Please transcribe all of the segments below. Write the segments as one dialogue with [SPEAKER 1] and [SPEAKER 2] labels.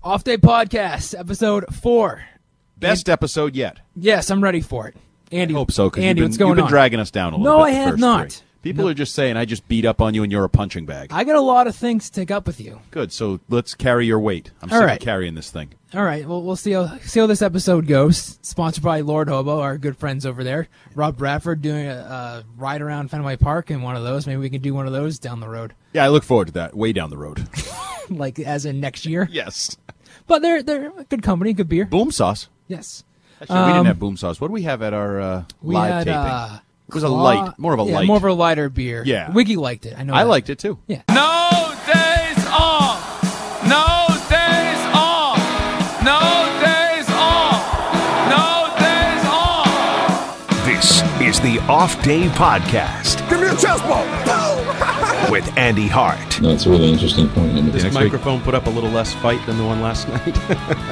[SPEAKER 1] Off Day Podcast, episode four.
[SPEAKER 2] Best episode yet.
[SPEAKER 1] Yes, I'm ready for it. Andy,
[SPEAKER 2] Hope so. 'cause
[SPEAKER 1] Andy,
[SPEAKER 2] you've been,
[SPEAKER 1] what's going
[SPEAKER 2] you've been
[SPEAKER 1] on?
[SPEAKER 2] dragging us down a little
[SPEAKER 1] No, I
[SPEAKER 2] bit. the
[SPEAKER 1] have
[SPEAKER 2] first
[SPEAKER 1] not.
[SPEAKER 2] three. People are just saying I just beat up on you and you're a punching bag.
[SPEAKER 1] I got a lot of things to take up with you.
[SPEAKER 2] Good. So let's carry your weight. I'm
[SPEAKER 1] All
[SPEAKER 2] sick
[SPEAKER 1] right.
[SPEAKER 2] of carrying this thing.
[SPEAKER 1] All right, well, we'll see how see how this episode goes. Sponsored by Lord Hobo, our good friends over there. Rob Bradford doing a, a ride around Fenway Park in one of those. Maybe we can do one of those down the road,
[SPEAKER 2] Yeah, I look forward to that. Way down the road.
[SPEAKER 1] like as in next year.
[SPEAKER 2] yes.
[SPEAKER 1] But they're they're good company, good beer.
[SPEAKER 2] Boom sauce.
[SPEAKER 1] Yes,
[SPEAKER 2] Actually, we didn't have boom sauce. What do we have at our uh,
[SPEAKER 1] Um, we
[SPEAKER 2] live
[SPEAKER 1] had.
[SPEAKER 2] taping?
[SPEAKER 1] Uh,
[SPEAKER 2] it was a
[SPEAKER 1] Claw-
[SPEAKER 2] light, more of a
[SPEAKER 1] yeah,
[SPEAKER 2] light.
[SPEAKER 1] more of a lighter beer.
[SPEAKER 2] Yeah.
[SPEAKER 1] Wiggy liked it. I know.
[SPEAKER 2] I
[SPEAKER 1] that.
[SPEAKER 2] liked it too.
[SPEAKER 1] Yeah.
[SPEAKER 3] No days off. No days off. No days off. No days off.
[SPEAKER 4] This is the Off Day Podcast. Give me a chest ball. with Andy Hart,
[SPEAKER 5] That's a really interesting point. Andy.
[SPEAKER 2] This microphone put up a little less fight than the one last night.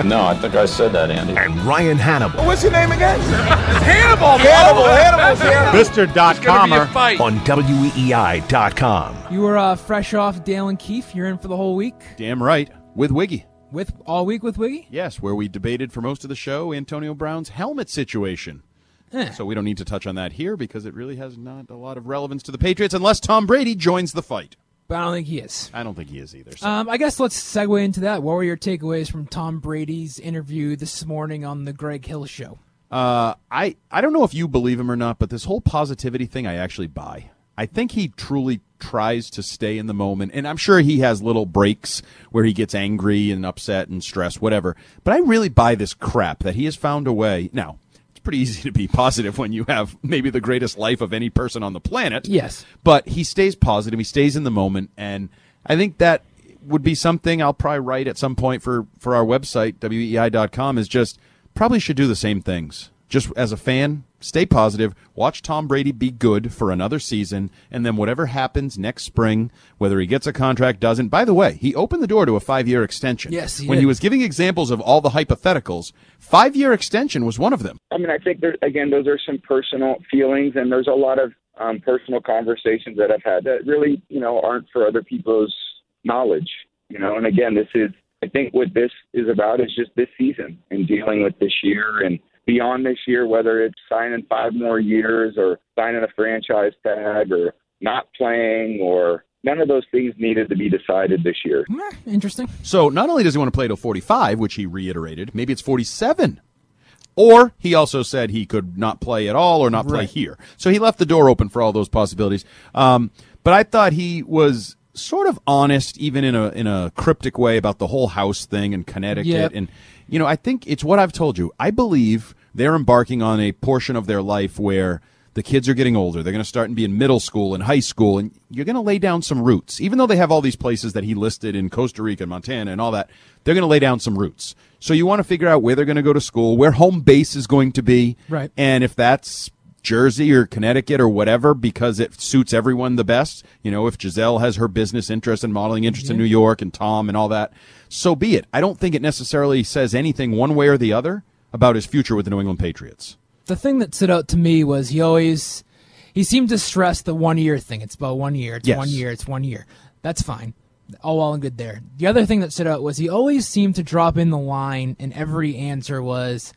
[SPEAKER 5] No, I think I said that, Andy.
[SPEAKER 4] and Ryan Hannibal
[SPEAKER 3] What's your name again? Hannibal. Hannibal. Hannibal's here.
[SPEAKER 2] Mr. Dot Commer.
[SPEAKER 3] fight.
[SPEAKER 4] on E WEEI.com.
[SPEAKER 1] You were uh, fresh off Dale and Keefe. You're in for the whole week
[SPEAKER 2] Damn right. With Wiggy.
[SPEAKER 1] with all week with Wiggy.
[SPEAKER 2] Yes, where we debated for most of the show Antonio Brown's helmet situation. So we don't need to touch on that here because it really has not a lot of relevance to the Patriots unless Tom Brady joins the fight.
[SPEAKER 1] But I don't think he is.
[SPEAKER 2] I don't think he is either. So.
[SPEAKER 1] Um, I guess let's segue into that. What were your takeaways from Tom Brady's interview this morning on the Greg Hill Show?
[SPEAKER 2] Uh, I I don't know if you believe him or not, but this whole positivity thing I actually buy. I think he truly tries to stay in the moment, and I'm sure he has little breaks where he gets angry and upset and stressed, whatever. But I really buy this crap that he has found a way. Now, it's pretty easy to be positive when you have maybe the greatest life of any person on the planet.
[SPEAKER 1] Yes.
[SPEAKER 2] But he stays positive. He stays in the moment, and I think that would be something I'll probably write at some point for for our website E weei.com. Is just probably should do the same things. Just as a fan, stay positive. Watch Tom Brady be good for another season, and then whatever happens next spring, whether he gets a contract, doesn't. By the way, he opened the door to a five year extension.
[SPEAKER 1] Yes, he
[SPEAKER 2] when
[SPEAKER 1] did.
[SPEAKER 2] he was giving examples of all the hypotheticals, five year extension was one of them.
[SPEAKER 6] I mean, I think there, again, those are some personal feelings, and there's a lot of um, personal conversations that I've had that really, you know, aren't for other people's knowledge. You know, and again, this is, I think, what this is about is just this season and dealing with this year and beyond this year, whether it's signing five more years or signing a franchise tag or not playing or none of those things needed to be decided this year.
[SPEAKER 1] Meh, Interesting.
[SPEAKER 2] So not only does he want to play till 45, which he reiterated, maybe it's 47. Or he also said he could not play at all or not play here. So he left the door open for all those possibilities. Um, but I thought he was sort of honest, even in a in a cryptic way, about the whole house thing in Connecticut.
[SPEAKER 1] Yep.
[SPEAKER 2] And you know, I think it's what I've told you. I believe they're embarking on a portion of their life where the kids are getting older. They're going to start and be in middle school and high school, and you're going to lay down some roots. Even though they have all these places that he listed in Costa Rica and Montana and all that, they're going to lay down some roots. So you want to figure out where they're going to go to school, where home base is going to be,
[SPEAKER 1] Right.
[SPEAKER 2] And if that's Jersey or Connecticut or whatever, because it suits everyone the best. You know, if Giselle has her business interest and modeling interest in New York and Tom and all that, so be it. I don't think it necessarily says anything one way or the other about his future with the New England Patriots.
[SPEAKER 1] The thing that stood out to me was he always he seemed to stress the one year thing. It's about one year. It's
[SPEAKER 2] Yes.
[SPEAKER 1] one year. It's one year. That's fine. All well and good there. The other thing that stood out was he always seemed to drop in the line, and every answer was,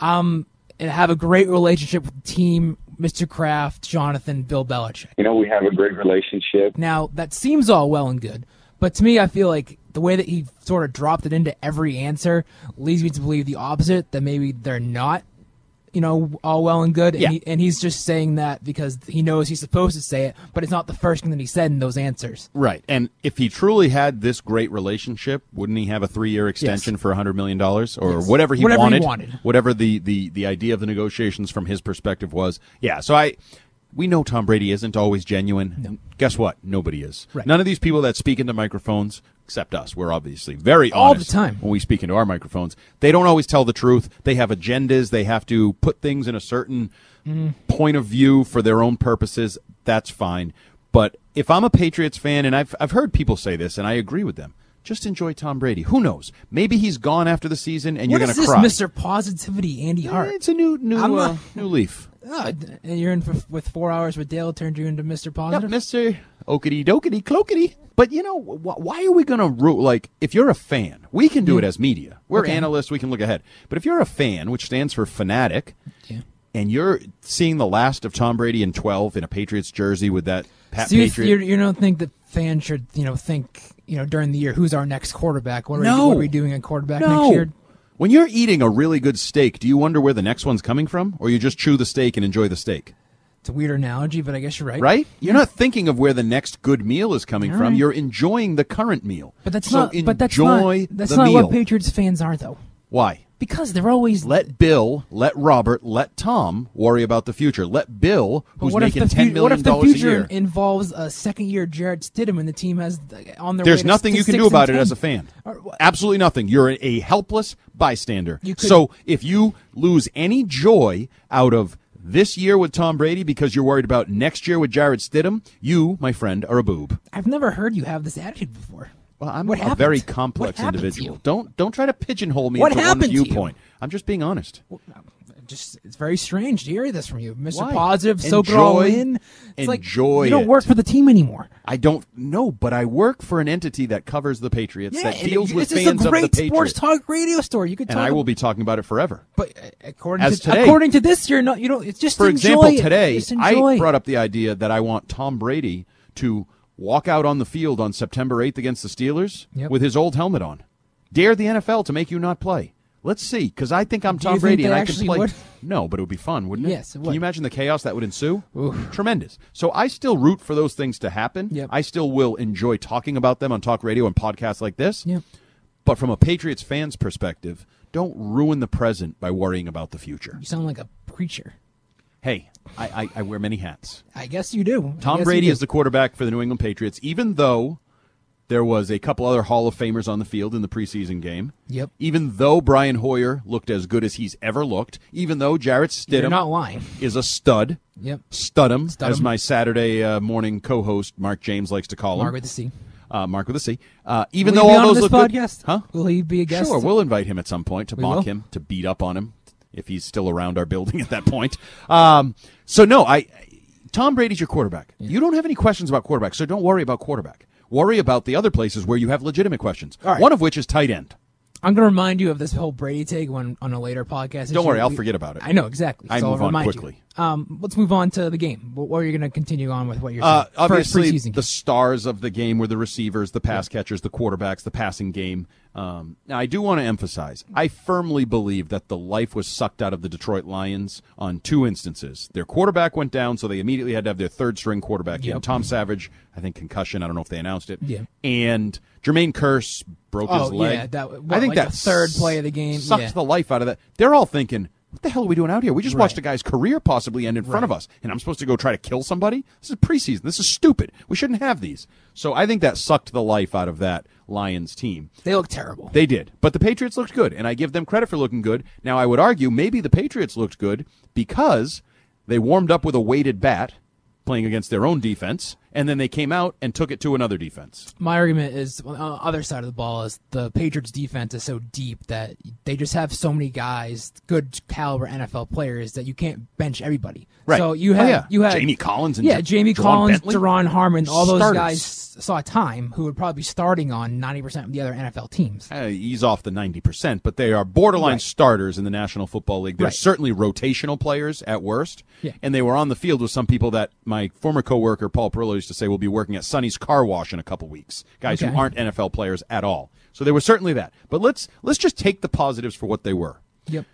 [SPEAKER 1] um, and have a great relationship with the team, Mr. Kraft, Jonathan, Bill Belichick.
[SPEAKER 6] You know, we have a great relationship.
[SPEAKER 1] Now, that seems all well and good, but to me, I feel like the way that he sort of dropped it into every answer leads me to believe the opposite that maybe they're not, you know, all well and good.
[SPEAKER 2] Yeah.
[SPEAKER 1] And, he, and he's just saying that because he knows he's supposed to say it, but it's not the first thing that he said in those answers.
[SPEAKER 2] Right. And if he truly had this great relationship, wouldn't he have a three year extension for $100 million or whatever,
[SPEAKER 1] Whatever
[SPEAKER 2] he,
[SPEAKER 1] he
[SPEAKER 2] wanted,
[SPEAKER 1] wanted.
[SPEAKER 2] Whatever the, the, the idea of the negotiations from his perspective was. Yeah. So I. We know Tom Brady isn't always genuine. Guess what? Nobody is.
[SPEAKER 1] Right.
[SPEAKER 2] None of these people that speak into microphones except us. We're obviously very
[SPEAKER 1] All the
[SPEAKER 2] honest
[SPEAKER 1] time.
[SPEAKER 2] when we speak into our microphones. They don't always tell the truth. They have agendas. They have to put things in a certain
[SPEAKER 1] Mm-hmm.
[SPEAKER 2] point of view for their own purposes. That's fine. But if I'm a Patriots fan, and I've, I've heard people say this, and I agree with them, just enjoy Tom Brady. Who knows? Maybe he's gone after the season, and
[SPEAKER 1] What
[SPEAKER 2] you're
[SPEAKER 1] is
[SPEAKER 2] going to
[SPEAKER 1] this,
[SPEAKER 2] cry.
[SPEAKER 1] Mr. Positivity, Andy
[SPEAKER 2] Eh,
[SPEAKER 1] Hart?
[SPEAKER 2] It's a new new
[SPEAKER 1] I'm
[SPEAKER 2] uh,
[SPEAKER 1] not-
[SPEAKER 2] new leaf.
[SPEAKER 1] Oh, d- and you're in for, with four hours with Dale turned you into Mr.
[SPEAKER 2] Yep,
[SPEAKER 1] Positive.
[SPEAKER 2] Mr. Okity Dokity Clokity. But you know, wh- why are we going to root? Like, if you're a fan, we can
[SPEAKER 1] Mm.
[SPEAKER 2] do it as media. We're analysts, we can look ahead. But if you're a fan, which stands for fanatic,
[SPEAKER 1] Yeah.
[SPEAKER 2] and you're seeing the last of Tom Brady in 12 in a Patriots jersey with that Pat
[SPEAKER 1] So you,
[SPEAKER 2] Patriot.
[SPEAKER 1] you, you don't think that fans should, you know, think, you know, during the year, who's our next quarterback? What are,
[SPEAKER 2] No.
[SPEAKER 1] we, what are we doing at quarterback
[SPEAKER 2] no.
[SPEAKER 1] next year?
[SPEAKER 2] When you're eating a really good steak, do you wonder where the next one's coming from? Or you just chew the steak and enjoy the steak?
[SPEAKER 1] It's a weird analogy, but I guess you're right.
[SPEAKER 2] Right? You're not thinking of where the next good meal is coming
[SPEAKER 1] All
[SPEAKER 2] from.
[SPEAKER 1] right.
[SPEAKER 2] You're enjoying the current meal.
[SPEAKER 1] But that's
[SPEAKER 2] So
[SPEAKER 1] not. But that's
[SPEAKER 2] enjoy
[SPEAKER 1] not. That's
[SPEAKER 2] the
[SPEAKER 1] not
[SPEAKER 2] meal.
[SPEAKER 1] what Patriots fans are, though,
[SPEAKER 2] Why?
[SPEAKER 1] because they're always.
[SPEAKER 2] Let Bill, let Robert, let Tom worry about the future. Let Bill,
[SPEAKER 1] But
[SPEAKER 2] who's
[SPEAKER 1] what
[SPEAKER 2] making
[SPEAKER 1] if the
[SPEAKER 2] ten
[SPEAKER 1] fu-
[SPEAKER 2] million
[SPEAKER 1] what if the
[SPEAKER 2] dollars a
[SPEAKER 1] future
[SPEAKER 2] year,
[SPEAKER 1] involves a second-year Jared Stidham and the team has uh, on their? way
[SPEAKER 2] there's
[SPEAKER 1] to
[SPEAKER 2] nothing
[SPEAKER 1] s-
[SPEAKER 2] you
[SPEAKER 1] to
[SPEAKER 2] can do
[SPEAKER 1] six and
[SPEAKER 2] about it
[SPEAKER 1] 10.
[SPEAKER 2] as a fan.
[SPEAKER 1] Or what-
[SPEAKER 2] Absolutely nothing. You're a- a helpless bystander.
[SPEAKER 1] You could-
[SPEAKER 2] so if you lose any joy out of this year with Tom Brady because you're worried about next year with Jared Stidham, you, my friend, are a boob.
[SPEAKER 1] I've never heard you have this attitude before.
[SPEAKER 2] Well, I'm
[SPEAKER 1] What
[SPEAKER 2] a
[SPEAKER 1] happened?
[SPEAKER 2] very complex
[SPEAKER 1] What happened to
[SPEAKER 2] individual.
[SPEAKER 1] you?
[SPEAKER 2] Don't don't try to pigeonhole me
[SPEAKER 1] What
[SPEAKER 2] into one
[SPEAKER 1] happened to you?
[SPEAKER 2] viewpoint. I'm just being honest.
[SPEAKER 1] Just it's very strange to hear this from you, Mr.
[SPEAKER 2] Why?
[SPEAKER 1] Positive. So it all
[SPEAKER 2] Enjoy-
[SPEAKER 1] in. It's like
[SPEAKER 2] enjoy
[SPEAKER 1] you don't
[SPEAKER 2] it.
[SPEAKER 1] work for the team anymore.
[SPEAKER 2] I don't know, but I work for an entity that covers the Patriots, that
[SPEAKER 1] and
[SPEAKER 2] deals
[SPEAKER 1] it-
[SPEAKER 2] with
[SPEAKER 1] this
[SPEAKER 2] fans
[SPEAKER 1] is a great
[SPEAKER 2] of the Patriots,
[SPEAKER 1] sports talk radio story. You could
[SPEAKER 2] and
[SPEAKER 1] talk
[SPEAKER 2] I will
[SPEAKER 1] ab-
[SPEAKER 2] be talking about it forever.
[SPEAKER 1] But uh, according
[SPEAKER 2] As
[SPEAKER 1] to
[SPEAKER 2] today-
[SPEAKER 1] according to this, you're not. You don't. It's just
[SPEAKER 2] For
[SPEAKER 1] enjoy
[SPEAKER 2] example,
[SPEAKER 1] it.
[SPEAKER 2] today
[SPEAKER 1] Just enjoy
[SPEAKER 2] I
[SPEAKER 1] it.
[SPEAKER 2] brought up the idea that I want Tom Brady to walk out on the field on September 8th against the Steelers
[SPEAKER 1] Yep.
[SPEAKER 2] with his old helmet on. Dare the NFL to make you not play. Let's see, because I think I'm
[SPEAKER 1] Do
[SPEAKER 2] Tom
[SPEAKER 1] you think
[SPEAKER 2] Brady
[SPEAKER 1] they
[SPEAKER 2] and I can
[SPEAKER 1] actually
[SPEAKER 2] play.
[SPEAKER 1] would?
[SPEAKER 2] No, but it would be fun, wouldn't it?
[SPEAKER 1] Yes, it
[SPEAKER 2] Can
[SPEAKER 1] would.
[SPEAKER 2] you imagine the chaos that would ensue? Tremendous. So I still root for those things to happen.
[SPEAKER 1] Yep.
[SPEAKER 2] I still will enjoy talking about them on talk radio and podcasts like this.
[SPEAKER 1] Yeah.
[SPEAKER 2] But from a Patriots fan's perspective, don't ruin the present by worrying about the future.
[SPEAKER 1] You sound like a preacher.
[SPEAKER 2] Hey, I, I, I wear many hats.
[SPEAKER 1] I guess you do. I
[SPEAKER 2] Tom
[SPEAKER 1] guess
[SPEAKER 2] Brady
[SPEAKER 1] you do.
[SPEAKER 2] is the quarterback for the New England Patriots, even though there was a couple other Hall of Famers on the field in the preseason game.
[SPEAKER 1] Yep.
[SPEAKER 2] Even though Brian Hoyer looked as good as he's ever looked, even though Jarrett
[SPEAKER 1] You're
[SPEAKER 2] Stidham
[SPEAKER 1] not lying.
[SPEAKER 2] is a stud.
[SPEAKER 1] Yep.
[SPEAKER 2] Studham,
[SPEAKER 1] Studham.
[SPEAKER 2] as my Saturday uh, morning co-host Mark James likes to call him.
[SPEAKER 1] Mark with the C.
[SPEAKER 2] uh, Mark with a C. Uh, even
[SPEAKER 1] Will
[SPEAKER 2] though
[SPEAKER 1] he be
[SPEAKER 2] all
[SPEAKER 1] on
[SPEAKER 2] those
[SPEAKER 1] this
[SPEAKER 2] look
[SPEAKER 1] podcast?
[SPEAKER 2] good, huh?
[SPEAKER 1] Will he be a guest?
[SPEAKER 2] Sure, we'll invite him at some point to
[SPEAKER 1] We
[SPEAKER 2] mock
[SPEAKER 1] will.
[SPEAKER 2] him, to beat up on him, if he's still around our building at that point. Um, so no, I. Tom Brady's your quarterback. You don't have any questions about quarterback, so don't worry about quarterback. Worry about the other places where you have legitimate questions.
[SPEAKER 1] All right.
[SPEAKER 2] One of which is tight end.
[SPEAKER 1] I'm going to remind you of this whole Brady take when, on a later podcast.
[SPEAKER 2] Don't worry,
[SPEAKER 1] issue.
[SPEAKER 2] I'll
[SPEAKER 1] We-
[SPEAKER 2] forget about it.
[SPEAKER 1] I know exactly.
[SPEAKER 2] I
[SPEAKER 1] so
[SPEAKER 2] move
[SPEAKER 1] I'll
[SPEAKER 2] on
[SPEAKER 1] remind
[SPEAKER 2] quickly.
[SPEAKER 1] You. Um, let's move on to the game. What, what are you going to continue on with? What you're saying?
[SPEAKER 2] Uh, obviously,
[SPEAKER 1] First preseason
[SPEAKER 2] the
[SPEAKER 1] game.
[SPEAKER 2] stars of the game were the receivers, the pass catchers, the quarterbacks, the passing game. Um, now, I do want to emphasize, I firmly believe that the life was sucked out of the Detroit Lions on two instances. Their quarterback went down, so they immediately had to have their third string quarterback in.
[SPEAKER 1] Yep.
[SPEAKER 2] Tom Savage, I think concussion. I don't know if they announced it.
[SPEAKER 1] Yeah.
[SPEAKER 2] And Jermaine Curse broke
[SPEAKER 1] Oh,
[SPEAKER 2] his leg.
[SPEAKER 1] yeah, that-
[SPEAKER 2] I
[SPEAKER 1] what,
[SPEAKER 2] think
[SPEAKER 1] like
[SPEAKER 2] that
[SPEAKER 1] the third play of the
[SPEAKER 2] s-
[SPEAKER 1] game?
[SPEAKER 2] sucked
[SPEAKER 1] Yeah.
[SPEAKER 2] the life out of that. They're all thinking, what the hell are we doing out here? We just watched a
[SPEAKER 1] Right.
[SPEAKER 2] guy's career possibly end in front of us, and I'm supposed to go try to kill somebody? This is preseason. This is stupid. We shouldn't have these. So I think that sucked the life out of that Lions team.
[SPEAKER 1] they look terrible.
[SPEAKER 2] They did. But the Patriots looked good, and I give them credit for looking good. Now, I would argue maybe the Patriots looked good because they warmed up with a weighted bat playing against their own defense, and then they came out and took it to another defense.
[SPEAKER 1] My argument is on the other side of the ball is the Patriots defense is so deep that they just have so many guys, good caliber NFL players, that you can't bench everybody.
[SPEAKER 2] Right.
[SPEAKER 1] So you
[SPEAKER 2] Oh,
[SPEAKER 1] had
[SPEAKER 2] yeah.
[SPEAKER 1] you had
[SPEAKER 2] Jamie Collins and
[SPEAKER 1] yeah
[SPEAKER 2] Jer-
[SPEAKER 1] Jamie
[SPEAKER 2] Jerron
[SPEAKER 1] Collins,
[SPEAKER 2] Bentley.
[SPEAKER 1] Deron Harmon, all those
[SPEAKER 2] Starters.
[SPEAKER 1] guys saw time who would probably be starting on ninety percent of the other NFL teams.
[SPEAKER 2] uh, ease off the 90%, but they are borderline starters in the National Football League. They're
[SPEAKER 1] Right.
[SPEAKER 2] certainly rotational players at worst.
[SPEAKER 1] Yeah.
[SPEAKER 2] And they were on the field with some people that my former coworker Paul Perillo used to say will be working at Sonny's Car Wash in a couple weeks. Guys
[SPEAKER 1] Okay.
[SPEAKER 2] who aren't NFL players at all. So they were certainly that. But let's let's just take the positives for what they were.
[SPEAKER 1] Yep.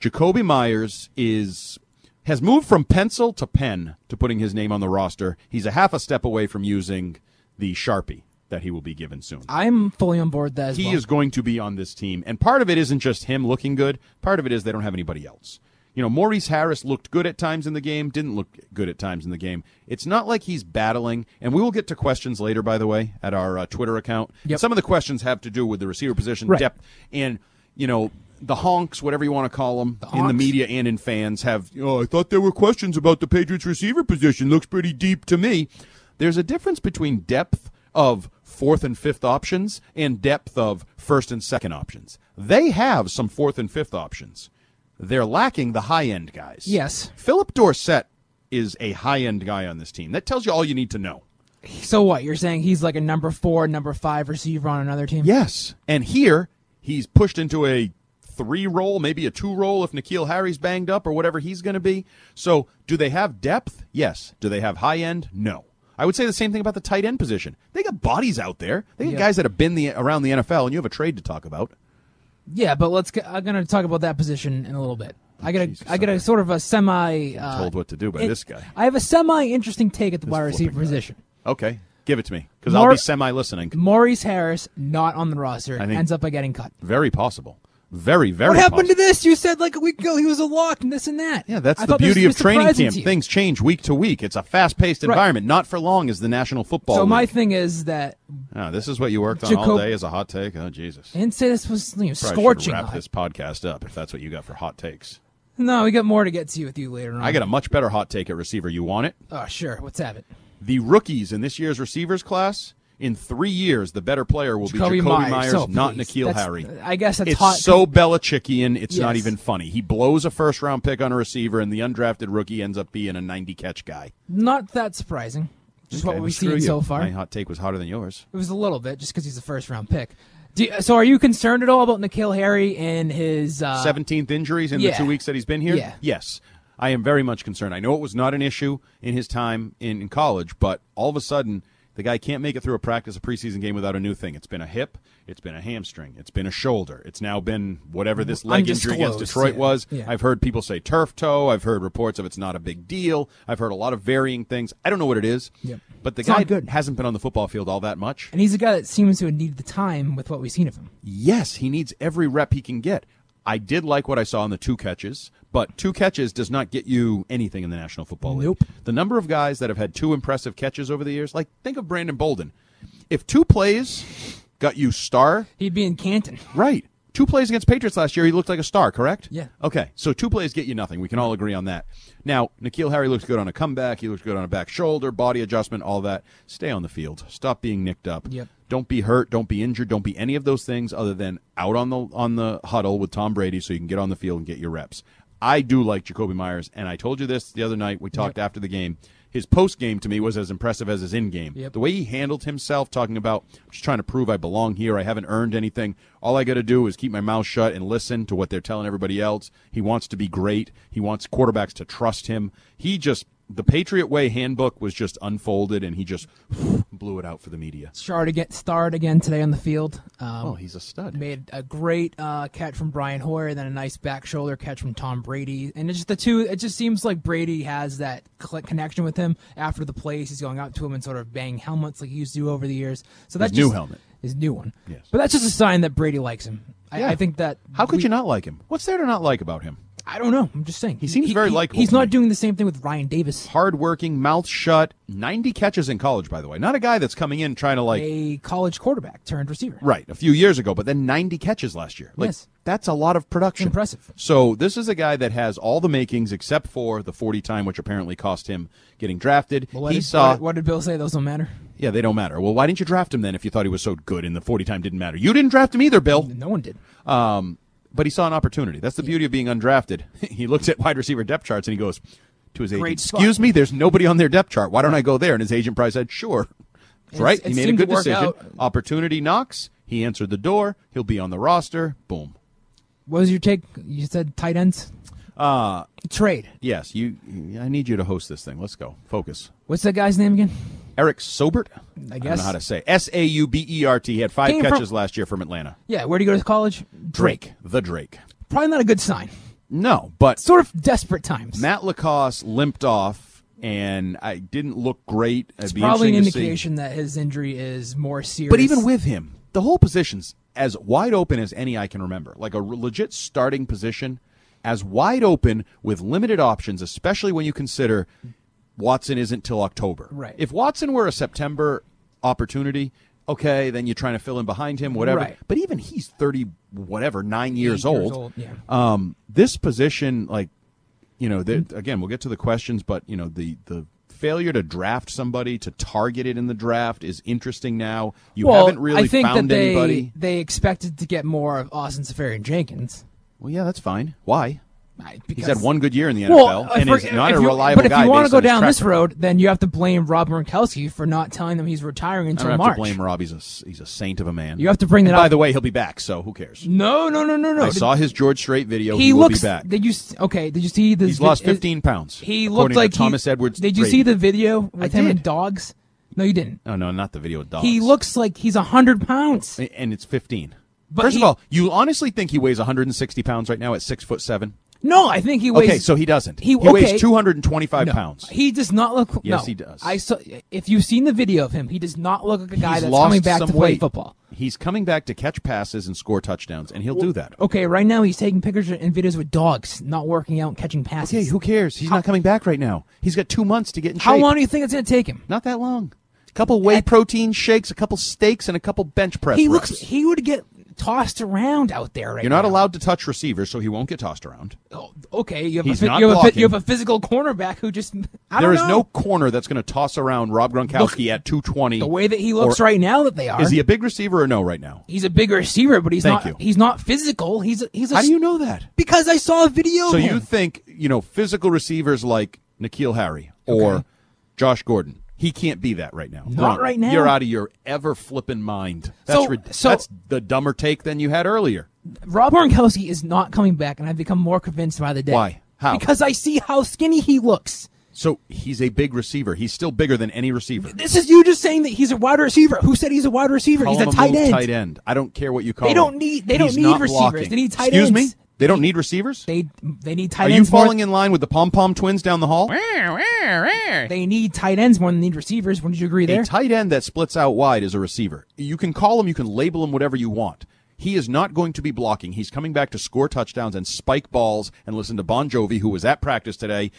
[SPEAKER 2] Jacoby Myers is has moved from pencil to pen to putting his name on the roster. He's a half a step away from using the Sharpie that he will be given soon
[SPEAKER 1] I'm fully on board with that as
[SPEAKER 2] he
[SPEAKER 1] well.
[SPEAKER 2] is going to be on this team. And part of it isn't just him looking good. Part of it is they don't have anybody else. You know, Maurice Harris looked good at times in the game, didn't look good at times in the game. It's not like he's battling, and we will get to questions later, by the way, at our uh, Twitter account.
[SPEAKER 1] Yep.
[SPEAKER 2] Some of the questions have to do with the receiver position
[SPEAKER 1] Right.
[SPEAKER 2] depth and, you know, the honks, whatever you want to call them, in the
[SPEAKER 1] honks.
[SPEAKER 2] media and in fans have, oh, I thought there were questions about the Patriots receiver position. Looks pretty deep to me. There's a difference between depth of fourth and fifth options and depth of first and second options. They have some fourth and fifth options. They're lacking the high end guys.
[SPEAKER 1] Yes.
[SPEAKER 2] Philip Dorsett is a high end guy on this team. That tells you all you need to know.
[SPEAKER 1] So what? You're saying he's like a number four, number five receiver on another team?
[SPEAKER 2] Yes. And here, he's pushed into a three roll, maybe a two roll if Nikhil Harry's banged up or whatever he's going to be. So, do they have depth? Yes. Do they have high end? No. I would say the same thing about the tight end position. They got bodies out there. They got
[SPEAKER 1] Yeah.
[SPEAKER 2] guys that have been the, around the NFL, and you have a trade to talk about.
[SPEAKER 1] Yeah, but let's. Get, I'm gonna talk about that position in a little bit. I got a, I got a sort of a semi. Uh,
[SPEAKER 2] told what to do by
[SPEAKER 1] in-
[SPEAKER 2] this guy.
[SPEAKER 1] I have a semi interesting take at the wide
[SPEAKER 2] flipping
[SPEAKER 1] receiver
[SPEAKER 2] guy.
[SPEAKER 1] position.
[SPEAKER 2] Okay, give it to me because I'll
[SPEAKER 1] Mar-
[SPEAKER 2] be semi listening.
[SPEAKER 1] Maurice Harris not on the roster
[SPEAKER 2] think-
[SPEAKER 1] ends up by getting cut.
[SPEAKER 2] Very possible. Very, very.
[SPEAKER 1] What happened to
[SPEAKER 2] possible.
[SPEAKER 1] this? You said like a week ago he was a lock and this and that.
[SPEAKER 2] Yeah, that's
[SPEAKER 1] I
[SPEAKER 2] the
[SPEAKER 1] thought this
[SPEAKER 2] beauty
[SPEAKER 1] was
[SPEAKER 2] of training
[SPEAKER 1] surprising
[SPEAKER 2] camp.
[SPEAKER 1] to you.
[SPEAKER 2] Things change week to week. It's a fast-paced
[SPEAKER 1] Right.
[SPEAKER 2] environment. Not for long is the National Football.
[SPEAKER 1] So my
[SPEAKER 2] League.
[SPEAKER 1] thing is that
[SPEAKER 2] Oh, this is what you worked on all
[SPEAKER 1] Jacob-
[SPEAKER 2] day as a hot take. Oh Jesus!
[SPEAKER 1] and say this was you know,
[SPEAKER 2] Probably should
[SPEAKER 1] scorching.
[SPEAKER 2] Wrap
[SPEAKER 1] hot.
[SPEAKER 2] this podcast up if that's what you got for hot takes.
[SPEAKER 1] No, we got more to get to with you later on.
[SPEAKER 2] I got a much better hot take at receiver. You want it?
[SPEAKER 1] Oh sure, let's have it.
[SPEAKER 2] The rookies in this year's receivers class. In three years, the better player will
[SPEAKER 1] Jacoby
[SPEAKER 2] be Jacoby
[SPEAKER 1] Myers.
[SPEAKER 2] Myers,
[SPEAKER 1] Oh,
[SPEAKER 2] not
[SPEAKER 1] please.
[SPEAKER 2] Nikhil
[SPEAKER 1] That's-
[SPEAKER 2] Harry.
[SPEAKER 1] I guess that's
[SPEAKER 2] it's
[SPEAKER 1] hot-
[SPEAKER 2] so Belichickian. It's not
[SPEAKER 1] Yes.
[SPEAKER 2] even funny. He blows a first-round pick on a receiver, and the undrafted rookie ends up being a 90-catch guy.
[SPEAKER 1] Not that surprising. Just
[SPEAKER 2] Okay,
[SPEAKER 1] what
[SPEAKER 2] well,
[SPEAKER 1] we've
[SPEAKER 2] screw
[SPEAKER 1] seen
[SPEAKER 2] you.
[SPEAKER 1] so far.
[SPEAKER 2] My hot take was hotter than yours.
[SPEAKER 1] It was a little bit, just because he's a first round pick. Do you- so, are you concerned at all about Nikhil Harry and his? Uh,
[SPEAKER 2] seventeenth injuries in the
[SPEAKER 1] yeah.
[SPEAKER 2] two weeks that he's been here?
[SPEAKER 1] Yeah.
[SPEAKER 2] Yes. I am very much concerned. I know it was not an issue in his time in, in college, but all of a sudden the guy can't make it through a practice, a preseason game without a new thing. It's been a hip, it's been a hamstring, it's been a shoulder, it's now been whatever this leg injury against
[SPEAKER 1] Undisclosed,
[SPEAKER 2] Detroit
[SPEAKER 1] yeah.
[SPEAKER 2] was.
[SPEAKER 1] Yeah.
[SPEAKER 2] I've heard people say turf toe. I've heard reports of it's not a big deal. I've heard a lot of varying things. I don't know what it is,
[SPEAKER 1] Yep.
[SPEAKER 2] but the
[SPEAKER 1] It's
[SPEAKER 2] guy
[SPEAKER 1] not good.
[SPEAKER 2] hasn't been on the football field all that much.
[SPEAKER 1] And he's a guy that seems to have needed the time with what we've seen of him.
[SPEAKER 2] Yes, he needs every rep he can get. I did like what I saw in the two catches, but two catches does not get you anything in the National Football League.
[SPEAKER 1] Nope.
[SPEAKER 2] The number of guys that have had two impressive catches over the years, like think of Brandon Bolden. If two plays got you star,
[SPEAKER 1] He'd be in Canton.
[SPEAKER 2] right. Two plays against Patriots last year, he looked like a star, correct?
[SPEAKER 1] Yeah.
[SPEAKER 2] Okay, so two plays get you nothing. We can all agree on that. Now, Nikhil Harry looks good on a comeback. He looks good on a back shoulder, body adjustment, all that. Stay on the field. Stop being nicked up.
[SPEAKER 1] Yep.
[SPEAKER 2] Don't be hurt. Don't be injured. Don't be any of those things other than out on the on the huddle with Tom Brady, so you can get on the field and get your reps. I do like Jacoby Myers, and I told you this the other night. We talked after the game. His post game to me was as impressive as his in game.
[SPEAKER 1] Yep.
[SPEAKER 2] The way he handled himself, talking about "I'm just trying to prove I belong here. I haven't earned anything. All I got to do is keep my mouth shut and listen to what they're telling everybody else. He wants to be great. He wants quarterbacks to trust him. He just the Patriot way handbook was just unfolded, and he just blew it out for the media.
[SPEAKER 1] Started again, starred again today on the field. Um,
[SPEAKER 2] Oh, he's a stud.
[SPEAKER 1] made a great uh, catch from Brian Hoyer, then a nice back shoulder catch from Tom Brady, and it's just the two. It just seems like Brady has that cl- connection with him after the plays. He's going up to him and sort of bang helmets like he used to do over the years. So that's
[SPEAKER 2] His new
[SPEAKER 1] just-
[SPEAKER 2] helmet.
[SPEAKER 1] his new one.
[SPEAKER 2] Yes.
[SPEAKER 1] but that's just a sign that Brady likes him. I,
[SPEAKER 2] Yeah.
[SPEAKER 1] I think that.
[SPEAKER 2] How could
[SPEAKER 1] we-
[SPEAKER 2] you not like him? What's there to not like about him?
[SPEAKER 1] I don't know. I'm just saying. He
[SPEAKER 2] seems very likable
[SPEAKER 1] He's
[SPEAKER 2] to
[SPEAKER 1] not
[SPEAKER 2] me.
[SPEAKER 1] doing the same thing with Ryan Davis.
[SPEAKER 2] Hardworking, mouth shut, 90 catches in college, by the way. Not a guy that's coming in trying to like,
[SPEAKER 1] a college quarterback turned receiver.
[SPEAKER 2] right, a few years ago, but then 90 catches last year. Like,
[SPEAKER 1] Yes.
[SPEAKER 2] That's a lot of production.
[SPEAKER 1] Impressive.
[SPEAKER 2] So this is a guy that has all the makings except for the 40 time, which apparently cost him getting drafted.
[SPEAKER 1] Well, what
[SPEAKER 2] he
[SPEAKER 1] did,
[SPEAKER 2] saw,
[SPEAKER 1] What, what did Bill say? Those don't matter.
[SPEAKER 2] yeah, they don't matter. Well, why didn't you draft him then if you thought he was so good and the 40 time didn't matter? You didn't draft him either, Bill.
[SPEAKER 1] No one did.
[SPEAKER 2] Um, but he saw an opportunity. That's the beauty of being undrafted. he looks at wide receiver depth charts and he goes to his agent,
[SPEAKER 1] Great spot.
[SPEAKER 2] "Excuse me, there's nobody on their depth chart. Why don't I go there?" And his agent probably said, "Sure." That's
[SPEAKER 1] It's-
[SPEAKER 2] right.
[SPEAKER 1] it
[SPEAKER 2] he made a
[SPEAKER 1] seemed to
[SPEAKER 2] good
[SPEAKER 1] work
[SPEAKER 2] decision.
[SPEAKER 1] out.
[SPEAKER 2] Opportunity knocks. He answered the door. He'll be on the roster. Boom.
[SPEAKER 1] What was your take? You said tight ends.
[SPEAKER 2] Uh
[SPEAKER 1] Trade.
[SPEAKER 2] yes. You. I need you to host this thing. Let's go. Focus.
[SPEAKER 1] What's that guy's name again?
[SPEAKER 2] Eric Sobert.
[SPEAKER 1] I
[SPEAKER 2] I don't
[SPEAKER 1] guess.
[SPEAKER 2] know how to say S A U B E R T. He had five
[SPEAKER 1] Came from-
[SPEAKER 2] catches last year from Atlanta.
[SPEAKER 1] Yeah, where'd he go to college? Drake.
[SPEAKER 2] the Drake.
[SPEAKER 1] Probably not a good sign.
[SPEAKER 2] No, but
[SPEAKER 1] Sort of desperate times.
[SPEAKER 2] Matt Lacoste limped off, and I didn't look great. It'd
[SPEAKER 1] it's
[SPEAKER 2] be
[SPEAKER 1] probably an
[SPEAKER 2] interesting to see.
[SPEAKER 1] indication that his injury is more serious.
[SPEAKER 2] But even with him, the whole position's as wide open as any I can remember. Like a re- legit starting position. as wide open with limited options, especially when you consider Watson isn't till October.
[SPEAKER 1] Right.
[SPEAKER 2] If Watson were a September opportunity, okay, then you're trying to fill in behind him, whatever.
[SPEAKER 1] Right.
[SPEAKER 2] But even he's 30, whatever, nine years
[SPEAKER 1] years
[SPEAKER 2] old.
[SPEAKER 1] old, yeah.
[SPEAKER 2] Um, this position, like, you know, the, again, we'll get to the questions, but you know, the the failure to draft somebody to target it in the draft is interesting now. You
[SPEAKER 1] well,
[SPEAKER 2] haven't really
[SPEAKER 1] I think
[SPEAKER 2] found
[SPEAKER 1] that they,
[SPEAKER 2] anybody.
[SPEAKER 1] They expected to get more of Austin Safarian Jenkins.
[SPEAKER 2] Well, yeah, that's fine. Why?
[SPEAKER 1] I-
[SPEAKER 2] He's
[SPEAKER 1] because-
[SPEAKER 2] had one good year in the NFL
[SPEAKER 1] Well,
[SPEAKER 2] and
[SPEAKER 1] if
[SPEAKER 2] is
[SPEAKER 1] we're-
[SPEAKER 2] not
[SPEAKER 1] if
[SPEAKER 2] a
[SPEAKER 1] you-
[SPEAKER 2] reliable
[SPEAKER 1] But if
[SPEAKER 2] guy.
[SPEAKER 1] you
[SPEAKER 2] want
[SPEAKER 1] to go down this road, then you have to blame Rob Gronkowski for not telling them he's retiring
[SPEAKER 2] I
[SPEAKER 1] until
[SPEAKER 2] don't have
[SPEAKER 1] March.
[SPEAKER 2] to blame Rob. He's a, he's a saint of a man.
[SPEAKER 1] You have to bring that
[SPEAKER 2] And By
[SPEAKER 1] up.
[SPEAKER 2] the way, he'll be back, so who cares?
[SPEAKER 1] no, no, no, no, no.
[SPEAKER 2] I
[SPEAKER 1] Did-
[SPEAKER 2] saw his George Strait video.
[SPEAKER 1] He,
[SPEAKER 2] He, will
[SPEAKER 1] looks.
[SPEAKER 2] be back.
[SPEAKER 1] Did you s- okay? Did you see this?
[SPEAKER 2] He's lost
[SPEAKER 1] vid- is-
[SPEAKER 2] 15 pounds.
[SPEAKER 1] He
[SPEAKER 2] according
[SPEAKER 1] looked
[SPEAKER 2] to
[SPEAKER 1] like he-
[SPEAKER 2] Thomas Edwards.
[SPEAKER 1] Did you
[SPEAKER 2] Brady.
[SPEAKER 1] see the video with
[SPEAKER 2] I
[SPEAKER 1] him and
[SPEAKER 2] did.
[SPEAKER 1] dogs? No, you didn't.
[SPEAKER 2] Oh no, not the video of dogs.
[SPEAKER 1] He looks like he's hundred pounds.
[SPEAKER 2] and it's 15.
[SPEAKER 1] But
[SPEAKER 2] First
[SPEAKER 1] he-
[SPEAKER 2] of all, you honestly think he weighs 160 pounds right now at six foot seven?
[SPEAKER 1] No, I think he weighs.
[SPEAKER 2] okay, so he doesn't.
[SPEAKER 1] He- okay.
[SPEAKER 2] weighs 225 pounds.
[SPEAKER 1] He does not look.
[SPEAKER 2] Yes,
[SPEAKER 1] no.
[SPEAKER 2] he does.
[SPEAKER 1] I saw. If you've seen the video of him, he does not look like a guy
[SPEAKER 2] He's
[SPEAKER 1] that's
[SPEAKER 2] lost
[SPEAKER 1] coming back
[SPEAKER 2] some
[SPEAKER 1] to play
[SPEAKER 2] weight.
[SPEAKER 1] football.
[SPEAKER 2] He's coming back to catch passes and score touchdowns, and he'll do that.
[SPEAKER 1] Okay, right now he's taking pictures and videos with dogs, not working out, and catching passes.
[SPEAKER 2] Okay, who cares? He's not coming back right now. He's got two months to get in
[SPEAKER 1] How
[SPEAKER 2] shape.
[SPEAKER 1] long do you think it's going to take him?
[SPEAKER 2] Not that long. A couple whey
[SPEAKER 1] At-
[SPEAKER 2] protein shakes, a couple steaks, and a couple bench press.
[SPEAKER 1] He
[SPEAKER 2] reps.
[SPEAKER 1] looks. He would get tossed around out there right
[SPEAKER 2] You're not
[SPEAKER 1] now.
[SPEAKER 2] allowed to touch receivers, so he won't get tossed around.
[SPEAKER 1] Oh, okay, you have,
[SPEAKER 2] He's
[SPEAKER 1] a, phy-
[SPEAKER 2] not
[SPEAKER 1] you, have a, phy-
[SPEAKER 2] blocking.
[SPEAKER 1] you have a physical cornerback who just. I
[SPEAKER 2] There
[SPEAKER 1] don't
[SPEAKER 2] is
[SPEAKER 1] know.
[SPEAKER 2] no corner that's going to toss around Rob Gronkowski at 220.
[SPEAKER 1] the way that he looks right now that they are.
[SPEAKER 2] Is he a big receiver or no right now?
[SPEAKER 1] he's a big receiver, but he's not.
[SPEAKER 2] Thank you.
[SPEAKER 1] He's not physical. He's a, he's a.
[SPEAKER 2] How do you know that?
[SPEAKER 1] Because I saw a video.
[SPEAKER 2] So
[SPEAKER 1] of
[SPEAKER 2] you
[SPEAKER 1] him.
[SPEAKER 2] think you know physical receivers like Nikhil Harry or Josh Gordon? He can't be that right now.
[SPEAKER 1] Not
[SPEAKER 2] Gronk,
[SPEAKER 1] right now.
[SPEAKER 2] You're out of your ever flipping mind. That's
[SPEAKER 1] So-
[SPEAKER 2] rid-
[SPEAKER 1] so-
[SPEAKER 2] that's the dumber take than you had earlier.
[SPEAKER 1] Rob Gronkowski is not coming back, and I've become more convinced by the day.
[SPEAKER 2] Why? How?
[SPEAKER 1] Because I see how skinny he looks.
[SPEAKER 2] So he's a big receiver. He's still bigger than any receiver.
[SPEAKER 1] This is you just saying that he's a wide receiver. Who said he's a wide receiver?
[SPEAKER 2] Call
[SPEAKER 1] he's
[SPEAKER 2] him
[SPEAKER 1] a tight
[SPEAKER 2] move
[SPEAKER 1] end.
[SPEAKER 2] Tight end. I don't care what you call.
[SPEAKER 1] They don't
[SPEAKER 2] him.
[SPEAKER 1] need- they don't
[SPEAKER 2] He's
[SPEAKER 1] need
[SPEAKER 2] not
[SPEAKER 1] receivers.
[SPEAKER 2] blocking.
[SPEAKER 1] They need tight
[SPEAKER 2] Excuse
[SPEAKER 1] ends.
[SPEAKER 2] me. They don't need receivers.
[SPEAKER 1] They they need tight
[SPEAKER 2] Are you
[SPEAKER 1] ends. more-
[SPEAKER 2] falling in line with the pom pom twins down the hall?
[SPEAKER 1] They need tight ends more than they need receivers. Wouldn't you agree there?
[SPEAKER 2] A tight end that splits out wide is a receiver. You can call him, you can label him whatever you want. He is not going to be blocking. He's coming back to score touchdowns and spike balls and listen to Bon Jovi, who was at practice today,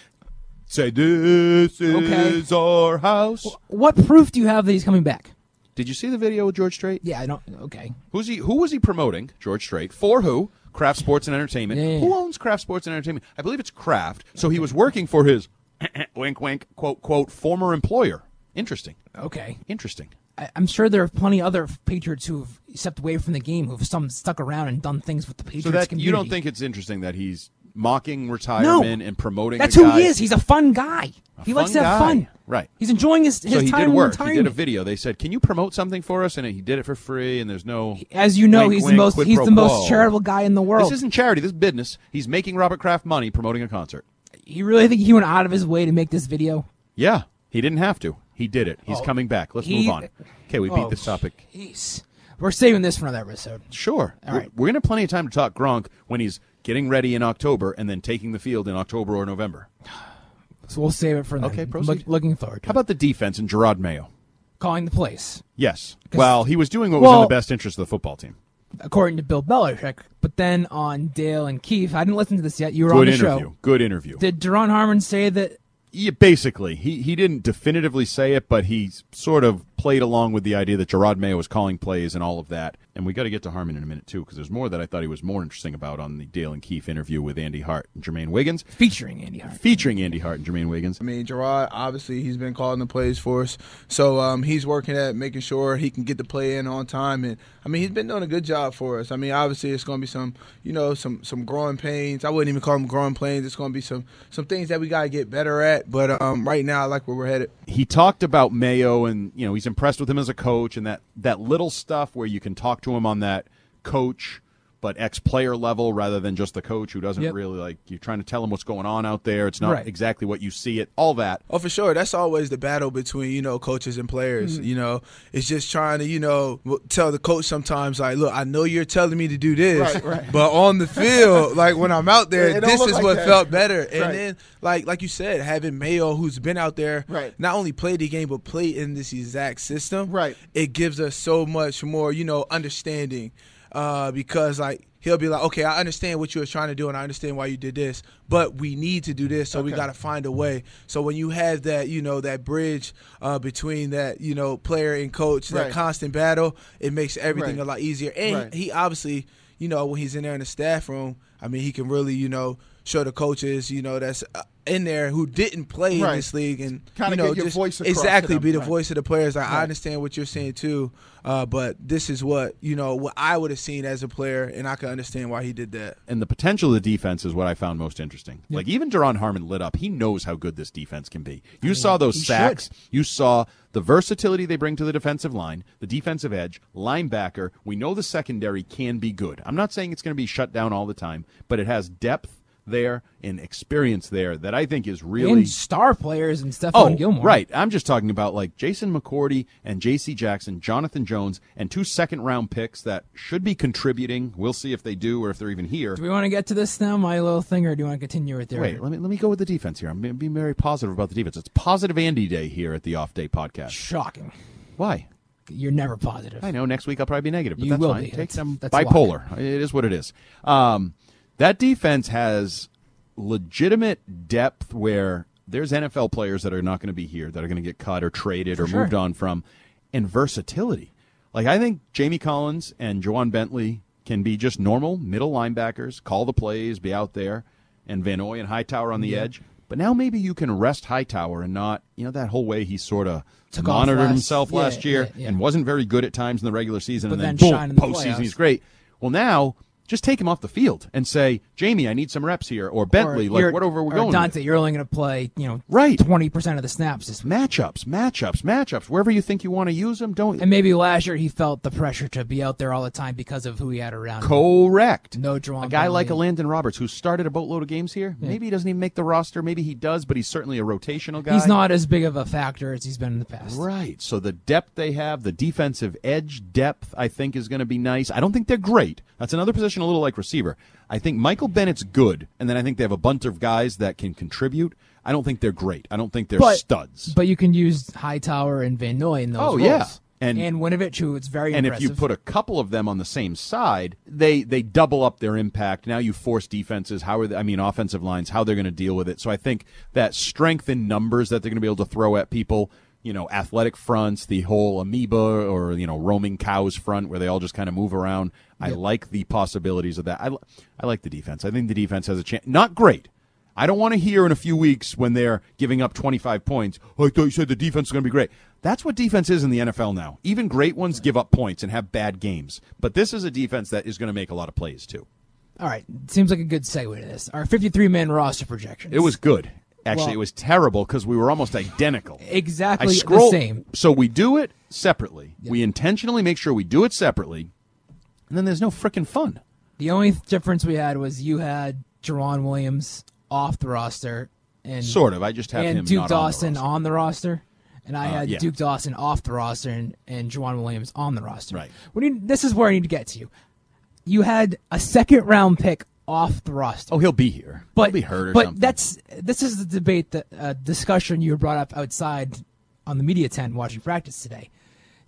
[SPEAKER 2] say, This
[SPEAKER 1] Okay.
[SPEAKER 2] is our house.
[SPEAKER 1] what proof do you have that he's coming back?
[SPEAKER 2] Did you see the video with George Strait?
[SPEAKER 1] Yeah, I don't. Okay,
[SPEAKER 2] Who's he? Who was he promoting? George Strait for who? Kraft Sports and Entertainment.
[SPEAKER 1] Yeah.
[SPEAKER 2] Who owns Kraft Sports and Entertainment? I believe it's Kraft. So he was working for his wink wink quote quote former employer. Interesting.
[SPEAKER 1] okay.
[SPEAKER 2] Interesting.
[SPEAKER 1] I, I'm sure there are plenty other Patriots who've stepped away from the game, who've some stuck around and done things with the Patriots.
[SPEAKER 2] So that
[SPEAKER 1] community.
[SPEAKER 2] you don't think it's interesting that he's mocking retirement and promoting
[SPEAKER 1] That's
[SPEAKER 2] a
[SPEAKER 1] who
[SPEAKER 2] guy-
[SPEAKER 1] he is. He's a fun guy. he likes
[SPEAKER 2] fun
[SPEAKER 1] to have
[SPEAKER 2] guy.
[SPEAKER 1] fun.
[SPEAKER 2] Right.
[SPEAKER 1] He's enjoying his, his
[SPEAKER 2] so he
[SPEAKER 1] time
[SPEAKER 2] did
[SPEAKER 1] in
[SPEAKER 2] work. He
[SPEAKER 1] retirement.
[SPEAKER 2] did a video. They said, "Can you promote something for us?" And he did it for free. And there's no,
[SPEAKER 1] As you know,
[SPEAKER 2] wink,
[SPEAKER 1] he's the
[SPEAKER 2] wink,
[SPEAKER 1] most
[SPEAKER 2] quid
[SPEAKER 1] he's
[SPEAKER 2] pro
[SPEAKER 1] the most
[SPEAKER 2] quo.
[SPEAKER 1] charitable guy in the world.
[SPEAKER 2] This isn't charity. This is business. He's making Robert Kraft money promoting a concert.
[SPEAKER 1] you really think he went out of his way to make this video?
[SPEAKER 2] Yeah, he didn't have to. He did it. He's
[SPEAKER 1] Oh,
[SPEAKER 2] coming back. Let's
[SPEAKER 1] he-
[SPEAKER 2] move on. Okay, we beat
[SPEAKER 1] Oh,
[SPEAKER 2] this topic.
[SPEAKER 1] Jeez. We're saving this for another episode.
[SPEAKER 2] Sure.
[SPEAKER 1] All
[SPEAKER 2] We're-
[SPEAKER 1] right.
[SPEAKER 2] We're, going to have plenty of time to talk Gronk when he's getting ready in October and then taking the field in October or November.
[SPEAKER 1] So we'll save it for another.
[SPEAKER 2] Okay,
[SPEAKER 1] Look-
[SPEAKER 2] proceed.
[SPEAKER 1] looking forward. to
[SPEAKER 2] How
[SPEAKER 1] it.
[SPEAKER 2] about the defense and Gerard Mayo?
[SPEAKER 1] calling the place?
[SPEAKER 2] Yes. Well, he was doing what was in
[SPEAKER 1] Well-
[SPEAKER 2] the best interest of the football team.
[SPEAKER 1] according to Bill Belichick. But then on Dale and Keith, I didn't listen to this yet. You were on
[SPEAKER 2] Good
[SPEAKER 1] the
[SPEAKER 2] interview.
[SPEAKER 1] show.
[SPEAKER 2] Good interview.
[SPEAKER 1] Did Daron Harmon say that?
[SPEAKER 2] yeah, basically, he, he didn't definitively say it, but he s- sort of played along with the idea that Gerard Mayo was calling plays and all of that. And we got to get to Harmon in a minute, too, because there's more that I thought he was more interesting about on the Dale and Keefe interview with Andy Hart and Jermaine Wiggins,
[SPEAKER 1] Featuring Andy Harmon.
[SPEAKER 2] featuring Andy Hart and Jermaine Wiggins.
[SPEAKER 7] I mean, Gerard, obviously, he's been calling the plays for us. So um, he's working at making sure he can get the play in on time. And, I mean, he's been doing a good job for us. I mean, obviously, it's going to be some, you know, some, some growing pains. I wouldn't even call them growing pains. It's going to be some, some things that we got to get better at. But um, right now, I like where we're headed.
[SPEAKER 2] he talked about Mayo and you know he's impressed with him as a coach and that that little stuff where you can talk to him on that coach but ex player level rather than just the coach who doesn't
[SPEAKER 1] Yep.
[SPEAKER 2] really like you're trying to tell him what's going on out there it's not
[SPEAKER 1] Right.
[SPEAKER 2] exactly what you see it all that
[SPEAKER 7] Oh, for sure. That's always the battle between you know coaches and players.
[SPEAKER 8] Mm-hmm.
[SPEAKER 7] You know, it's just trying to you know w- tell the coach sometimes like, look, I know you're telling me to do this, but on the field, like when I'm out there, this is what felt better. And then like like you said, having Mayo, who's been out there,
[SPEAKER 8] Right.
[SPEAKER 7] not only played the game but played in this exact system,
[SPEAKER 8] Right.
[SPEAKER 7] It gives us so much more you know understanding uh, because like. he'll be like, okay, I understand what you were trying to do, and I understand why you did this, but we need to do this, so we got to find a way. So when you have that, you know, that bridge uh, between that, you know, player and coach,
[SPEAKER 8] Right.
[SPEAKER 7] that constant battle, it makes everything
[SPEAKER 8] Right.
[SPEAKER 7] a lot easier. And
[SPEAKER 8] Right.
[SPEAKER 7] he obviously, you know, when he's in there in the staff room, I mean, he can really, you know, show the coaches, you know, that's uh, in there who didn't play
[SPEAKER 8] Right.
[SPEAKER 7] in this league and
[SPEAKER 8] Kinda
[SPEAKER 7] you know,
[SPEAKER 8] get your
[SPEAKER 7] just-
[SPEAKER 8] voice across to
[SPEAKER 7] exactly
[SPEAKER 8] them,
[SPEAKER 7] be the
[SPEAKER 8] right.
[SPEAKER 7] voice of the players. Like,
[SPEAKER 8] Right.
[SPEAKER 7] I understand what you're saying too, uh, but this is what you know what I would have seen as a player, and I can understand why he did that.
[SPEAKER 2] and the potential of the defense is what I found most interesting. Like even Daron Harmon lit up. He knows how good this defense can be. You saw
[SPEAKER 1] he
[SPEAKER 2] those sacks. You saw the versatility they bring to the defensive line, the defensive edge, linebacker. We know the secondary can be good. I'm not saying it's going to be shut down all the time, but it has depth there and experience there that I think is really Oh,
[SPEAKER 1] and star players and Stephon Gilmore.
[SPEAKER 2] Right. I'm just talking about like Jason McCourty and J.C. Jackson, Jonathan Jones, and two second round picks that should be contributing. We'll see if they do or if they're even here.
[SPEAKER 1] Do we want to get to this now, my little thing, or do you want to continue with your?
[SPEAKER 2] Wait, let me let me go with the defense here. I'm being being very positive about the defense. It's positive Andy Day here at the Off Day Podcast.
[SPEAKER 1] Shocking.
[SPEAKER 2] Why?
[SPEAKER 1] You're never positive.
[SPEAKER 2] I know next week I'll probably be negative, but
[SPEAKER 1] You
[SPEAKER 2] that's
[SPEAKER 1] will
[SPEAKER 2] fine.
[SPEAKER 1] be.
[SPEAKER 2] Take
[SPEAKER 1] That's-
[SPEAKER 2] some
[SPEAKER 1] that's a
[SPEAKER 2] bipolar. It is what it is. Um, that defense has legitimate depth where there's NFL players that are not going to be here, that are going to get cut or traded or moved on from, and versatility. Like I think Jamie Collins and Jawan Bentley can be just normal middle linebackers, call the plays, be out there, and Vanoy and Hightower on the edge. But now maybe you can rest Hightower and not, you know, that whole way he sort of
[SPEAKER 1] Took off
[SPEAKER 2] monitored
[SPEAKER 1] last-
[SPEAKER 2] himself
[SPEAKER 1] yeah,
[SPEAKER 2] last year
[SPEAKER 1] yeah, yeah.
[SPEAKER 2] and wasn't very good at times in the regular season,
[SPEAKER 1] But
[SPEAKER 2] and then,
[SPEAKER 1] then
[SPEAKER 2] boom,
[SPEAKER 1] shine in the
[SPEAKER 2] postseason
[SPEAKER 1] playoffs.
[SPEAKER 2] he's great. Well, now just take him off the field and say, Jamie, I need some reps here, or Bentley,
[SPEAKER 1] you're-
[SPEAKER 2] like whatever we're
[SPEAKER 1] or
[SPEAKER 2] going. with.
[SPEAKER 1] Dante, you're only going to play, you know,
[SPEAKER 2] Right.
[SPEAKER 1] twenty percent of the snaps this week.
[SPEAKER 2] Matchups, matchups, matchups. Wherever you think you want to use them, don't.
[SPEAKER 1] And maybe last year he felt the pressure to be out there all the time because of who he had around. him.
[SPEAKER 2] Correct.
[SPEAKER 1] No Juwan
[SPEAKER 2] A guy like a
[SPEAKER 1] Bentley.
[SPEAKER 2] Landon Roberts who started a boatload of games here. Maybe he doesn't even make the roster. Maybe he does, but he's certainly a rotational guy.
[SPEAKER 1] He's not as big of a factor as he's been in the past.
[SPEAKER 2] Right. So the depth they have, the defensive edge depth, I think is going to be nice. I don't think they're great. That's another position a little like receiver. I think Michael Bennett's good, and then I think they have a bunch of guys that can contribute. I don't think they're great. I don't think they're
[SPEAKER 1] But-
[SPEAKER 2] studs.
[SPEAKER 1] But you can use Hightower and Van Noy in those
[SPEAKER 2] Oh,
[SPEAKER 1] roles.
[SPEAKER 2] yeah. And-
[SPEAKER 1] and Winovich, who it's very
[SPEAKER 2] and if
[SPEAKER 1] impressive.
[SPEAKER 2] you put a couple of them on the same side, they they double up their impact. Now you force defenses, how are they, I mean offensive lines, how they're going to deal with it. So I think that strength in numbers that they're going to be able to throw at people, you know, athletic fronts, the whole amoeba or you know roaming cows front where they all just kind of move around. I like the possibilities of that. I li- I like the defense. I think the defense has a chance. Not great. I don't want to hear in a few weeks when they're giving up 25 points. "Oh, I thought you said the defense is going to be great. That's what defense is in the NFL now. Even great ones give up points and have bad games. But this is a defense that is going to make a lot of plays too.
[SPEAKER 1] all right, seems like a good segue to this. Our 53 man roster projections.
[SPEAKER 2] It was good. Actually,
[SPEAKER 1] Well-
[SPEAKER 2] it was terrible because we were almost identical.
[SPEAKER 1] Exactly
[SPEAKER 2] I
[SPEAKER 1] the
[SPEAKER 2] scroll-
[SPEAKER 1] same.
[SPEAKER 2] So we do it separately. We intentionally make sure we do it separately, and then there's no freaking fun.
[SPEAKER 1] the only th- difference we had was you had Jerron Williams off the roster and
[SPEAKER 2] Sort of. I just have him
[SPEAKER 1] and Duke
[SPEAKER 2] not on
[SPEAKER 1] Dawson
[SPEAKER 2] the roster. Uh,
[SPEAKER 1] on the roster, and I had
[SPEAKER 2] yeah.
[SPEAKER 1] Duke Dawson off the roster and and Juwan Williams on the roster.
[SPEAKER 2] Right.
[SPEAKER 1] We need, this is where I need to get to you. You had a second round pick off the roster.
[SPEAKER 2] Oh, he'll be here.
[SPEAKER 1] but
[SPEAKER 2] he'll be hurt or
[SPEAKER 1] but
[SPEAKER 2] something.
[SPEAKER 1] that's this is the debate that uh, discussion you brought up outside on the media tent watching practice today.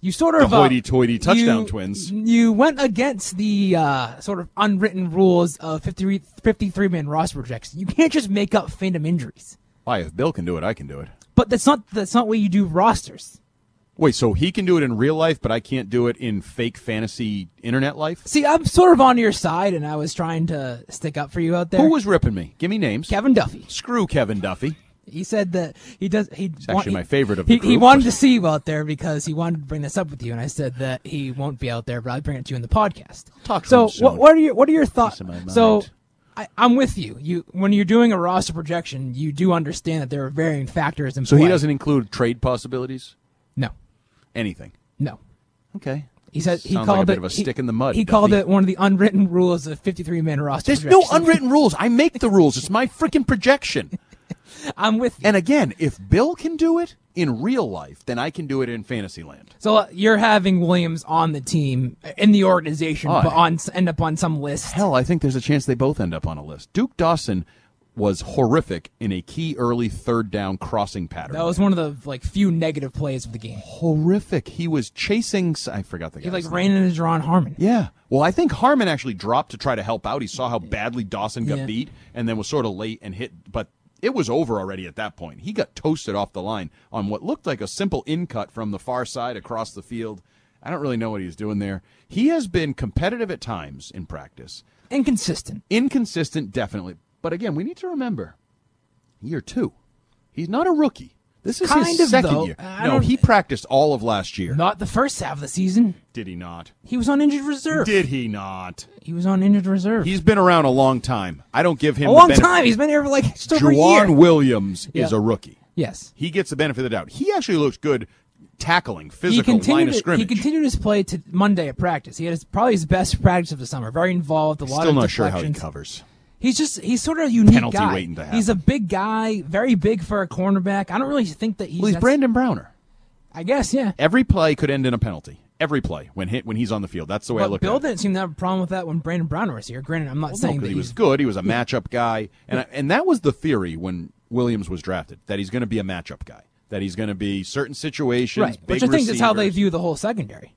[SPEAKER 1] You sort of
[SPEAKER 2] The
[SPEAKER 1] uh,
[SPEAKER 2] hoity-toity touchdown
[SPEAKER 1] you-
[SPEAKER 2] twins.
[SPEAKER 1] You went against the uh, sort of unwritten rules of 53 53 man roster projections. You can't just make up phantom injuries.
[SPEAKER 2] why if Bill can do it, I can do it.
[SPEAKER 1] But that's not that's not what you do rosters.
[SPEAKER 2] Wait, so he can do it in real life, but I can't do it in fake fantasy internet life?
[SPEAKER 1] See, I'm sort of on your side, and I was trying to stick up for you out there.
[SPEAKER 2] Who was ripping me? Give me names.
[SPEAKER 1] Kevin Duffy?
[SPEAKER 2] Screw Kevin Duffy.
[SPEAKER 1] He said that he does. He it's
[SPEAKER 2] actually my favorite of the
[SPEAKER 1] he, he
[SPEAKER 2] group.
[SPEAKER 1] wanted to see you out there because he wanted to bring this up with you, and I said that he won't be out there, but I'll bring it to you in the podcast.
[SPEAKER 2] Talk to
[SPEAKER 1] so,
[SPEAKER 2] him soon.
[SPEAKER 1] what, what are your what are your thoughts?
[SPEAKER 2] of my mind.
[SPEAKER 1] So, I, I'm with you. You when you're doing a roster projection, you do understand that there are varying factors in
[SPEAKER 2] So
[SPEAKER 1] play.
[SPEAKER 2] he doesn't e- include trade possibilities?
[SPEAKER 1] No,
[SPEAKER 2] Anything.
[SPEAKER 1] no.
[SPEAKER 2] Okay.
[SPEAKER 1] He said he
[SPEAKER 2] Sounds
[SPEAKER 1] called
[SPEAKER 2] like a
[SPEAKER 1] it
[SPEAKER 2] bit of a stick
[SPEAKER 1] he,
[SPEAKER 2] in the mud,
[SPEAKER 1] He called
[SPEAKER 2] Duffy.
[SPEAKER 1] it one of the unwritten rules of 53 man roster.
[SPEAKER 2] There's no
[SPEAKER 1] projections.
[SPEAKER 2] unwritten rules. I make the rules. It's my freaking projection.
[SPEAKER 1] I'm with you.
[SPEAKER 2] And again, if Bill can do it in real life, then I can do it in Fantasyland.
[SPEAKER 1] So uh, you're having Williams on the team uh, in the organization,
[SPEAKER 2] Oh,
[SPEAKER 1] but
[SPEAKER 2] yeah.
[SPEAKER 1] on end up on some list.
[SPEAKER 2] Hell, I think there's a chance they both end up on a list. Duke Dawson was horrific in a key early third down crossing pattern.
[SPEAKER 1] That was one of the like few negative plays of the game.
[SPEAKER 2] horrific. He was chasing. s- I forgot the guy.
[SPEAKER 1] He like ran into John Harmon.
[SPEAKER 2] Yeah. Well, I think Harmon actually dropped to try to help out. He saw how badly Dawson got
[SPEAKER 1] Yeah.
[SPEAKER 2] beat and then was sort of late and hit, but it was over already at that point. He got toasted off the line on what looked like a simple in cut from the far side across the field. I don't really know what he was doing there. He has been competitive at times in practice,
[SPEAKER 1] Inconsistent.
[SPEAKER 2] inconsistent, definitely. But again, we need to remember year two. He's not a rookie. This is his
[SPEAKER 1] Kind of,
[SPEAKER 2] second
[SPEAKER 1] though.
[SPEAKER 2] year.
[SPEAKER 1] I
[SPEAKER 2] no,
[SPEAKER 1] don't-
[SPEAKER 2] he practiced all of last year.
[SPEAKER 1] Not the first half of the season.
[SPEAKER 2] Did he not?
[SPEAKER 1] He was on injured reserve.
[SPEAKER 2] Did he not?
[SPEAKER 1] He was on injured reserve.
[SPEAKER 2] He's been around a long time. I don't give him
[SPEAKER 1] a
[SPEAKER 2] the
[SPEAKER 1] long
[SPEAKER 2] benefit-
[SPEAKER 1] time. He's been here for like just over a
[SPEAKER 2] Juwan
[SPEAKER 1] year.
[SPEAKER 2] Williams is
[SPEAKER 1] Yeah.
[SPEAKER 2] a rookie.
[SPEAKER 1] Yes.
[SPEAKER 2] He gets the benefit of the doubt. He actually looks good tackling,
[SPEAKER 1] He
[SPEAKER 2] physical line
[SPEAKER 1] continued,
[SPEAKER 2] of
[SPEAKER 1] it- he
[SPEAKER 2] scrimmage.
[SPEAKER 1] continued his play to Monday at practice. He had his, probably his best practice of the summer. Very involved, a lot
[SPEAKER 2] Still
[SPEAKER 1] of
[SPEAKER 2] not sure how he
[SPEAKER 1] deflections.
[SPEAKER 2] covers.
[SPEAKER 1] He's just he's sort of a unique
[SPEAKER 2] Penalty
[SPEAKER 1] guy.
[SPEAKER 2] waiting to happen.
[SPEAKER 1] He's a big guy, very big for a cornerback. I don't really think that he's,
[SPEAKER 2] Well, he's
[SPEAKER 1] that's-
[SPEAKER 2] Brandon Browner.
[SPEAKER 1] I guess yeah.
[SPEAKER 2] Every play could end in a penalty. Every play when hit when he's on the field. That's the way I
[SPEAKER 1] But
[SPEAKER 2] look
[SPEAKER 1] Bill
[SPEAKER 2] at it.
[SPEAKER 1] didn't seem to have a problem with that when Brandon Brown was here. Granted, I'm not
[SPEAKER 2] Well, no,
[SPEAKER 1] saying
[SPEAKER 2] 'cause
[SPEAKER 1] that
[SPEAKER 2] he was
[SPEAKER 1] he's
[SPEAKER 2] good. He was a matchup guy, and I, and that was the theory when Williams was drafted that he's going to be a matchup guy. That he's going to be certain situations.
[SPEAKER 1] right,
[SPEAKER 2] big
[SPEAKER 1] which I think
[SPEAKER 2] receivers.
[SPEAKER 1] is how they view the whole secondary.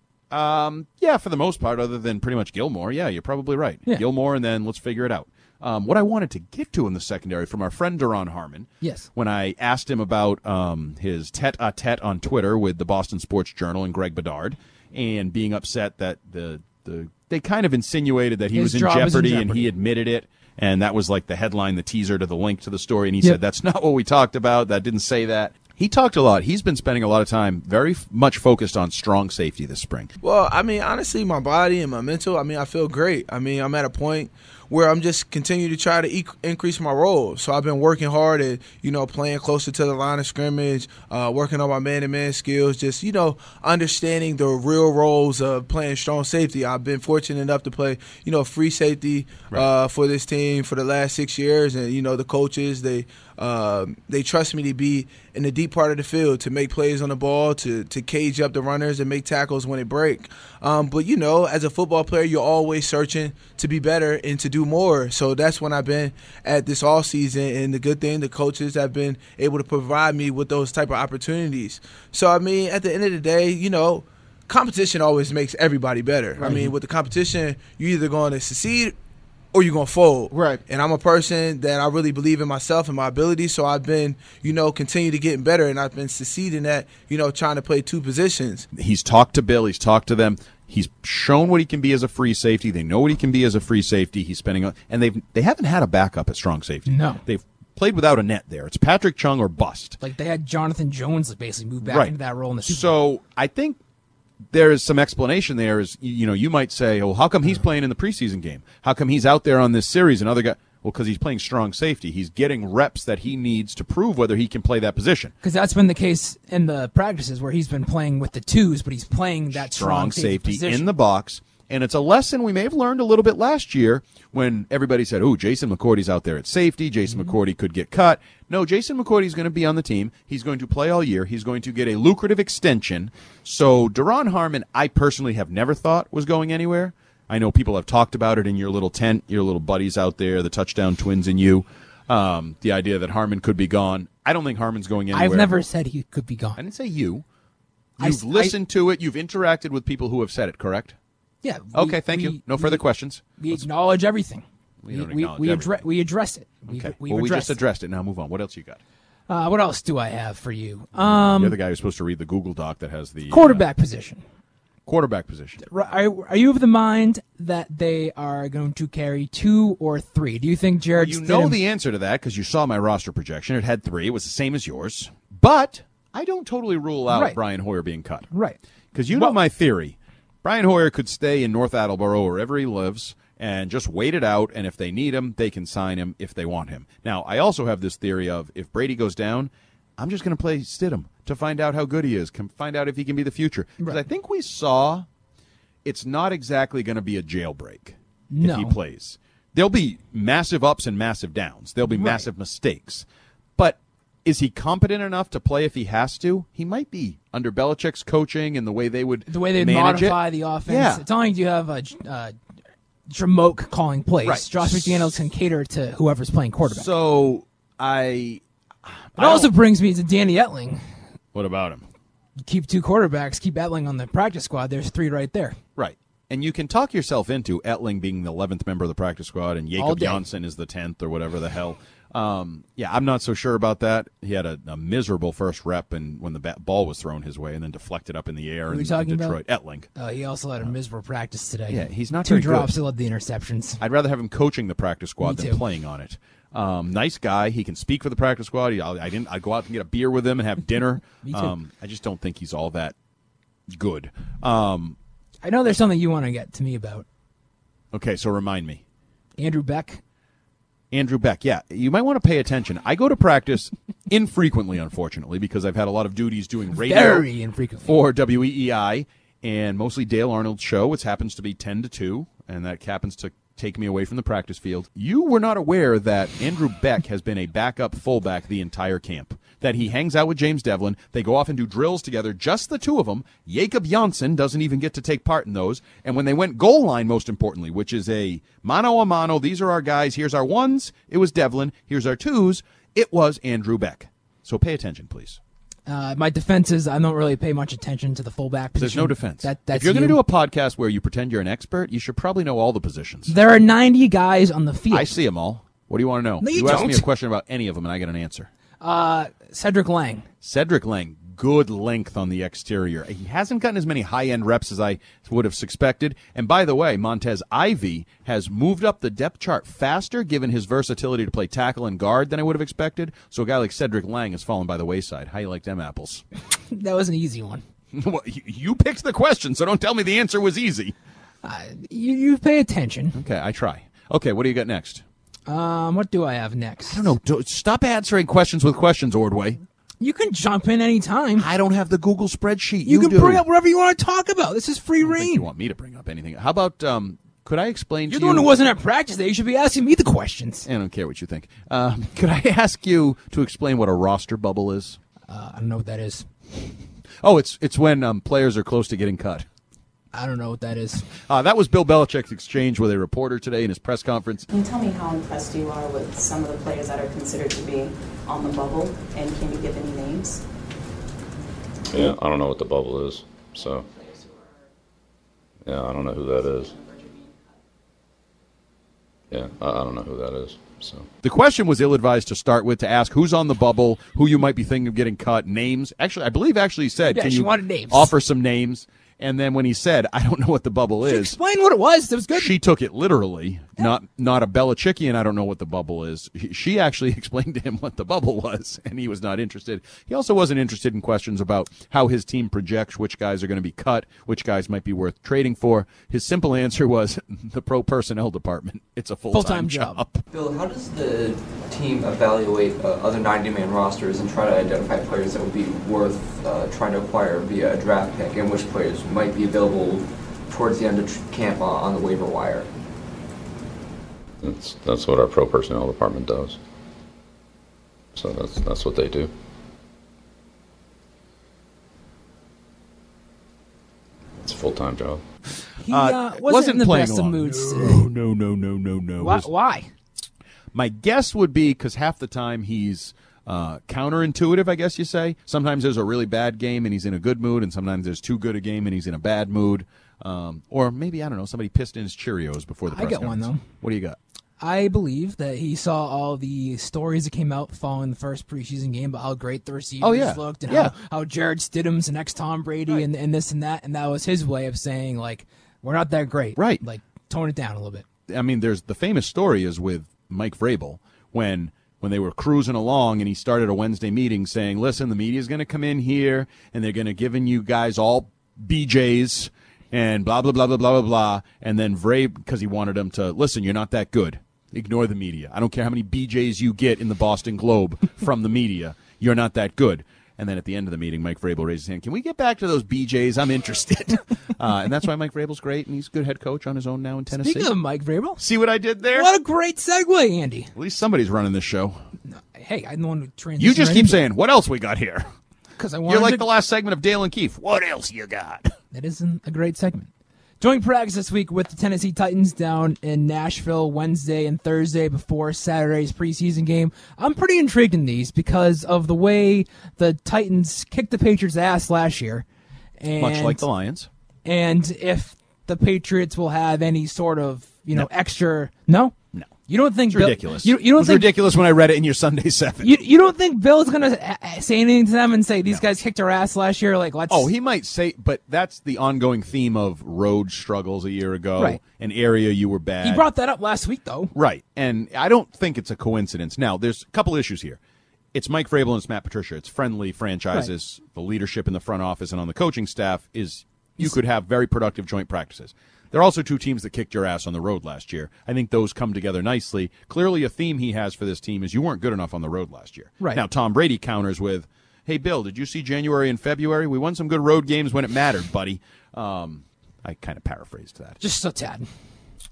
[SPEAKER 2] Yeah, for the most part, other than pretty much Gilmore. Yeah, you're probably right.
[SPEAKER 1] Yeah.
[SPEAKER 2] Gilmore, and then let's figure it out. Um, what I wanted to get to in the secondary from our friend Duron Harmon.
[SPEAKER 1] Yes.
[SPEAKER 2] When I asked him about um, his tete a tete on Twitter with the Boston Sports Journal and Greg Bedard, and being upset that the the they kind of insinuated that he
[SPEAKER 1] His
[SPEAKER 2] was in
[SPEAKER 1] job
[SPEAKER 2] jeopardy,
[SPEAKER 1] is in
[SPEAKER 2] and he
[SPEAKER 1] jeopardy.
[SPEAKER 2] admitted it. And that was like the headline, the teaser to the link to the story. And he
[SPEAKER 1] Yep.
[SPEAKER 2] said, That's not what we talked about. That didn't say that. He talked a lot. He's been spending a lot of time very f- much focused on strong safety this spring.
[SPEAKER 7] Well, I mean, honestly, my body and my mental, I mean, I feel great. I mean, I'm at a point where I'm just continue to try to e- increase my role. So I've been working hard at, you know, playing closer to the line of scrimmage, uh, working on my man-to-man skills, just, you know, understanding the real roles of playing strong safety. I've been fortunate enough to play, you know, free safety uh, for this team for the last six years. And, you know, the coaches, they, um, they trust me to be in the deep part of the field to make plays on the ball, to to cage up the runners and make tackles when it break. Um, but you know, as a football player, you're always searching to be better and to do more. So that's when I've been at this all season, and the good thing the coaches have been able to provide me with those type of opportunities. So I mean, at the end of the day, you know competition always makes everybody better. I mean, with the competition, you're either going to succeed or you're going to fold.
[SPEAKER 8] Right.
[SPEAKER 7] And I'm a person that I really believe in myself and my ability, so I've been, you know, continue to getting better, and I've been succeeding at, you know, trying to play two positions.
[SPEAKER 2] he's talked to Bill, he's talked to them. He's shown what he can be as a free safety. They know what he can be as a free safety. He's spending on, and they've they haven't had a backup at strong safety.
[SPEAKER 1] No.
[SPEAKER 2] they've played without a net there. It's Patrick Chung or bust.
[SPEAKER 1] Like they had Jonathan Jones basically move back into that role in the Super Bowl.
[SPEAKER 2] So I think there is some explanation there. Is you you know you might say, oh, how come he's playing in the preseason game? How come he's out there on this series and other guy? Well, because he's playing strong safety. He's getting reps that he needs to prove whether he can play that position.
[SPEAKER 1] Because that's been the case in the practices where he's been playing with the twos, but he's playing that strong,
[SPEAKER 2] strong safety
[SPEAKER 1] position.
[SPEAKER 2] in the box. And it's a lesson we may have learned a little bit last year when everybody said, oh, Jason McCourty's out there at safety. Jason
[SPEAKER 1] Mm-hmm.
[SPEAKER 2] McCourty could get cut. No, Jason McCourty's going to be on the team. He's going to play all year. He's going to get a lucrative extension. So Daron Harmon, I personally have never thought was going anywhere. I know people have talked about it in your little tent, your little buddies out there, the touchdown twins and you. Um, the idea that Harmon could be gone. I don't think Harmon's going anywhere.
[SPEAKER 1] I've never said he could be
[SPEAKER 2] I
[SPEAKER 1] gone.
[SPEAKER 2] didn't say you.
[SPEAKER 1] I
[SPEAKER 2] You've
[SPEAKER 1] s- I-
[SPEAKER 2] listened to it. You've interacted with people who have said it. Correct.
[SPEAKER 1] Yeah. we-
[SPEAKER 2] Okay. thank you.
[SPEAKER 1] we-
[SPEAKER 2] No further
[SPEAKER 1] we-
[SPEAKER 2] questions.
[SPEAKER 1] We acknowledge everything.
[SPEAKER 2] We don't
[SPEAKER 1] we,
[SPEAKER 2] acknowledge
[SPEAKER 1] we,
[SPEAKER 2] everything.
[SPEAKER 1] we address it. We've,
[SPEAKER 2] Okay.
[SPEAKER 1] we've
[SPEAKER 2] well, we
[SPEAKER 1] addressed
[SPEAKER 2] just addressed it. Now move on. What else you got?
[SPEAKER 1] it. Uh, what else do I have for you? Um,
[SPEAKER 2] You're the guy who's supposed to read the Google Doc that has the uh,
[SPEAKER 1] quarterback position.
[SPEAKER 2] quarterback position.
[SPEAKER 1] Ri- Are, are you of the mind that they are going to carry two or three? Do you think Jared?
[SPEAKER 2] You know
[SPEAKER 1] Stidham-
[SPEAKER 2] the answer to that because you saw my roster projection. It had three. It was the same as yours. But I don't totally rule out
[SPEAKER 1] Right.
[SPEAKER 2] Brian Hoyer being cut.
[SPEAKER 1] right.
[SPEAKER 2] Because you know my theory. Brian Hoyer could stay in North Attleboro wherever he lives and just wait it out. And if they need him, they can sign him if they want him. Now, I also have this theory of if Brady goes down, I'm just going to play Stidham to find out how good he is, can find out if he can be the future. Because I think we saw it's not exactly going to be a jailbreak if he
[SPEAKER 1] No.
[SPEAKER 2] plays. There'll be massive ups and massive downs. There'll be massive mistakes. But is he competent enough to play if he has to? He might be under Belichick's coaching and the way they would
[SPEAKER 1] The way they
[SPEAKER 2] manage it.
[SPEAKER 1] modify the offense.
[SPEAKER 2] Yeah.
[SPEAKER 1] It's not like you have a. Uh, Jamoke calling plays.
[SPEAKER 2] Right.
[SPEAKER 1] Josh McDaniels can cater to whoever's playing quarterback.
[SPEAKER 2] So I.
[SPEAKER 1] it also brings me to Danny Etling.
[SPEAKER 2] What about him?
[SPEAKER 1] You keep two quarterbacks, keep Etling on the practice squad. There's three right there.
[SPEAKER 2] Right. And you can talk yourself into Etling being the 11th member of the practice squad and
[SPEAKER 1] All
[SPEAKER 2] Jacob
[SPEAKER 1] day.
[SPEAKER 2] Janssen is the 10th or whatever the hell. Um, yeah, I'm not so sure about that. He had a, a miserable first rep and when the bat, ball was thrown his way and then deflected up in the air in,
[SPEAKER 1] we
[SPEAKER 2] in
[SPEAKER 1] talking
[SPEAKER 2] Detroit. Etling.
[SPEAKER 1] Uh, he also had a miserable practice today.
[SPEAKER 2] Yeah, he's not
[SPEAKER 1] two
[SPEAKER 2] very good.
[SPEAKER 1] drops. He led the interceptions.
[SPEAKER 2] I'd rather have him coaching the practice squad
[SPEAKER 1] Me
[SPEAKER 2] than
[SPEAKER 1] too.
[SPEAKER 2] playing on it. Um, nice guy. He can speak for the practice squad. He, I, I didn't. I go out and get a beer with him and have dinner.
[SPEAKER 1] Me too.
[SPEAKER 2] Um, I just don't think he's all that good. Um,
[SPEAKER 1] I know there's something you want to get to me about
[SPEAKER 2] okay, so remind me.
[SPEAKER 1] Andrew Beck.
[SPEAKER 2] Andrew Beck, yeah, you might want to pay attention. I go to practice infrequently, unfortunately, because I've had a lot of duties doing radio
[SPEAKER 1] Very infrequently.
[SPEAKER 2] for WEEI and mostly Dale Arnold's show, which happens to be 10 to 2, and that happens to take me away from the practice field. You were not aware that Andrew Beck has been a backup fullback the entire camp, that he hangs out with James Devlin. They go off and do drills together, just the two of them. Jacob Janssen doesn't even get to take part in those. And when they went goal line, most importantly, which is a mano a mano, these are our guys, here's our ones, it was Devlin, here's our twos, it was Andrew Beck. So pay attention, please.
[SPEAKER 1] Uh, my defense is I don't really pay much attention to the fullback position.
[SPEAKER 2] There's no defense.
[SPEAKER 1] That, that's
[SPEAKER 2] if you're
[SPEAKER 1] going to
[SPEAKER 2] to do a podcast where you pretend you're an expert, you should probably know all the positions.
[SPEAKER 1] There are 90 guys on the field.
[SPEAKER 2] I see them all. What do you want to know?
[SPEAKER 1] No, you
[SPEAKER 2] ask me
[SPEAKER 1] don't.
[SPEAKER 2] a question about any of them, and I get an answer.
[SPEAKER 1] Cedric Lang.
[SPEAKER 2] Cedric Lang, good length on the exterior. He hasn't gotten as many high end reps as I would have suspected. And by the way, Montez Ivy has moved up the depth chart faster, given his versatility to play tackle and guard, than I would have expected. So a guy like Cedric Lang has fallen by the wayside. How you like them apples?
[SPEAKER 1] That was an easy one.
[SPEAKER 2] Well, you- you picked the question, so don't tell me the answer was easy.
[SPEAKER 1] You, you pay attention.
[SPEAKER 2] Okay, I try. Okay, what do you got next?
[SPEAKER 1] Um, what do I have next?
[SPEAKER 2] No, do stop answering questions with questions, Ordway.
[SPEAKER 1] You can jump in anytime.
[SPEAKER 2] I don't have the Google spreadsheet.
[SPEAKER 1] You,
[SPEAKER 2] You,
[SPEAKER 1] can
[SPEAKER 2] do.
[SPEAKER 1] bring up whatever you want to talk about. This is free
[SPEAKER 2] I don't think you
[SPEAKER 1] reign.
[SPEAKER 2] want me to bring up anything? How about um? Could I explain
[SPEAKER 1] You're
[SPEAKER 2] to
[SPEAKER 1] the
[SPEAKER 2] you?
[SPEAKER 1] one who wasn't at practice today. You should be asking me the questions.
[SPEAKER 2] I don't care what you think. Um, could I ask you to explain what a roster bubble is?
[SPEAKER 1] Uh, I don't know what that is.
[SPEAKER 2] Oh, it's it's when um, players are close to getting cut.
[SPEAKER 1] I don't know what that is.
[SPEAKER 2] Uh, that was Bill Belichick's exchange with a reporter today in his press conference.
[SPEAKER 8] Can you tell me how impressed you are with some of the players that are considered to be on the bubble? And can you give any names?
[SPEAKER 5] Yeah, I don't know what the bubble is. So. Yeah, I don't know who that is. Yeah, I, I don't know who that is. So.
[SPEAKER 2] The question was ill-advised to start with to ask who's on the bubble, who you might be thinking of getting cut, names. Actually, I believe actually he said,
[SPEAKER 1] Yeah,
[SPEAKER 2] "Can
[SPEAKER 1] she
[SPEAKER 2] you
[SPEAKER 1] wanted names.
[SPEAKER 2] offer some names?" And then when he said, "I don't know what the bubble is,"
[SPEAKER 1] Explain what it was. That was good.
[SPEAKER 2] she took it literally. Not not a Belichickian. I don't know what the bubble is. He- She actually explained to him what the bubble was, and he was not interested. He also wasn't interested in questions about how his team projects which guys are going to be cut, which guys might be worth trading for. His simple answer was the pro personnel department. It's a full time
[SPEAKER 1] Full-time job.
[SPEAKER 9] Bill, how does the team evaluate uh, other 90-man rosters and try to identify players that would be worth uh, trying to acquire via a draft pick, and which players might be available towards the end of tr- camp uh, on the waiver wire?
[SPEAKER 5] That's that's what our pro personnel department does. So that's that's what they do. It's a full time job.
[SPEAKER 1] he uh, wasn't, in the
[SPEAKER 2] playing
[SPEAKER 1] best
[SPEAKER 2] along.
[SPEAKER 1] of moods today.
[SPEAKER 2] No, no, no, no, no, no.
[SPEAKER 1] Why?
[SPEAKER 2] Was-
[SPEAKER 1] why?
[SPEAKER 2] My guess would be because half the time he's uh, counterintuitive, I guess you say. Sometimes there's a really bad game and he's in a good mood, and sometimes there's too good a game and he's in a bad mood. Um, or maybe, I don't know, somebody pissed in his Cheerios before the
[SPEAKER 1] I
[SPEAKER 2] press
[SPEAKER 1] got one,
[SPEAKER 2] conference.
[SPEAKER 1] though.
[SPEAKER 2] What do you got?
[SPEAKER 1] I believe that he saw all the stories that came out following the first preseason game about how great the receivers
[SPEAKER 2] Oh, yeah.
[SPEAKER 1] looked and
[SPEAKER 2] Yeah.
[SPEAKER 1] how, how Jared Stidham's the next Tom Brady and, and this and that. And that was his way of saying, like, we're not that great.
[SPEAKER 2] Right.
[SPEAKER 1] Like, tone it down a little bit.
[SPEAKER 2] I mean, there's the famous story is with Mike Vrabel when when they were cruising along and he started a Wednesday meeting saying, "Listen, the media's going to come in here and they're going to giving you guys all BJ's and blah blah blah blah blah blah blah," and then Vrabel because he wanted them to listen, you're not that good. Ignore the media. I don't care how many BJ's you get in the Boston Globe from the media. You're not that good. And then at the end of the meeting, Mike Vrabel raised his hand. Can we get back to those BJ's? I'm interested. uh, and that's why Mike Vrabel's great, and he's a good head coach on his own now in Tennessee.
[SPEAKER 1] Speaking of Mike Vrabel,
[SPEAKER 2] See what I did there?
[SPEAKER 1] what a great segue, Andy.
[SPEAKER 2] At least somebody's running this show.
[SPEAKER 1] Hey, I'm the one who transitioned.
[SPEAKER 2] You just keep saying, "What else we got here?"
[SPEAKER 1] because I
[SPEAKER 2] You're
[SPEAKER 1] wanted
[SPEAKER 2] like
[SPEAKER 1] to-
[SPEAKER 2] the last segment of Dale and Keefe. What else you got?
[SPEAKER 1] That isn't a great segment. Joint practice this week with the Tennessee Titans down in Nashville Wednesday and Thursday before Saturday's preseason game. I'm pretty intrigued in these because of the way the Titans kicked the Patriots' ass last year. And,
[SPEAKER 2] Much like the Lions.
[SPEAKER 1] And if the Patriots will have any sort of, you know, extra. No? No. You don't think.
[SPEAKER 2] It's
[SPEAKER 1] Bill-
[SPEAKER 2] ridiculous.
[SPEAKER 1] you, you don't
[SPEAKER 2] it was
[SPEAKER 1] think.
[SPEAKER 2] ridiculous when I read it in your Sunday seven.
[SPEAKER 1] You, you don't think Bill's going to say anything to them and say, these guys kicked our ass last year? Like, let's.
[SPEAKER 2] Oh, he might say, but that's the ongoing theme of road struggles a year ago,
[SPEAKER 1] Right.
[SPEAKER 2] an area you were bad.
[SPEAKER 1] He brought that up last week, though.
[SPEAKER 2] Right. And I don't think it's a coincidence. Now, there's a couple issues here. It's Mike Vrabel and it's Matt Patricia. It's friendly franchises. The leadership in the front office and on the coaching staff is you could have very productive joint practices. There are also two teams that kicked your ass on the road last year. I think those come together nicely. Clearly, a theme he has for this team is you weren't good enough on the road last year.
[SPEAKER 1] Right.
[SPEAKER 2] Now, Tom Brady counters with, hey, Bill, did you see January and February? We won some good road games when it mattered, buddy. Um, I kind of paraphrased that.
[SPEAKER 1] Just a tad.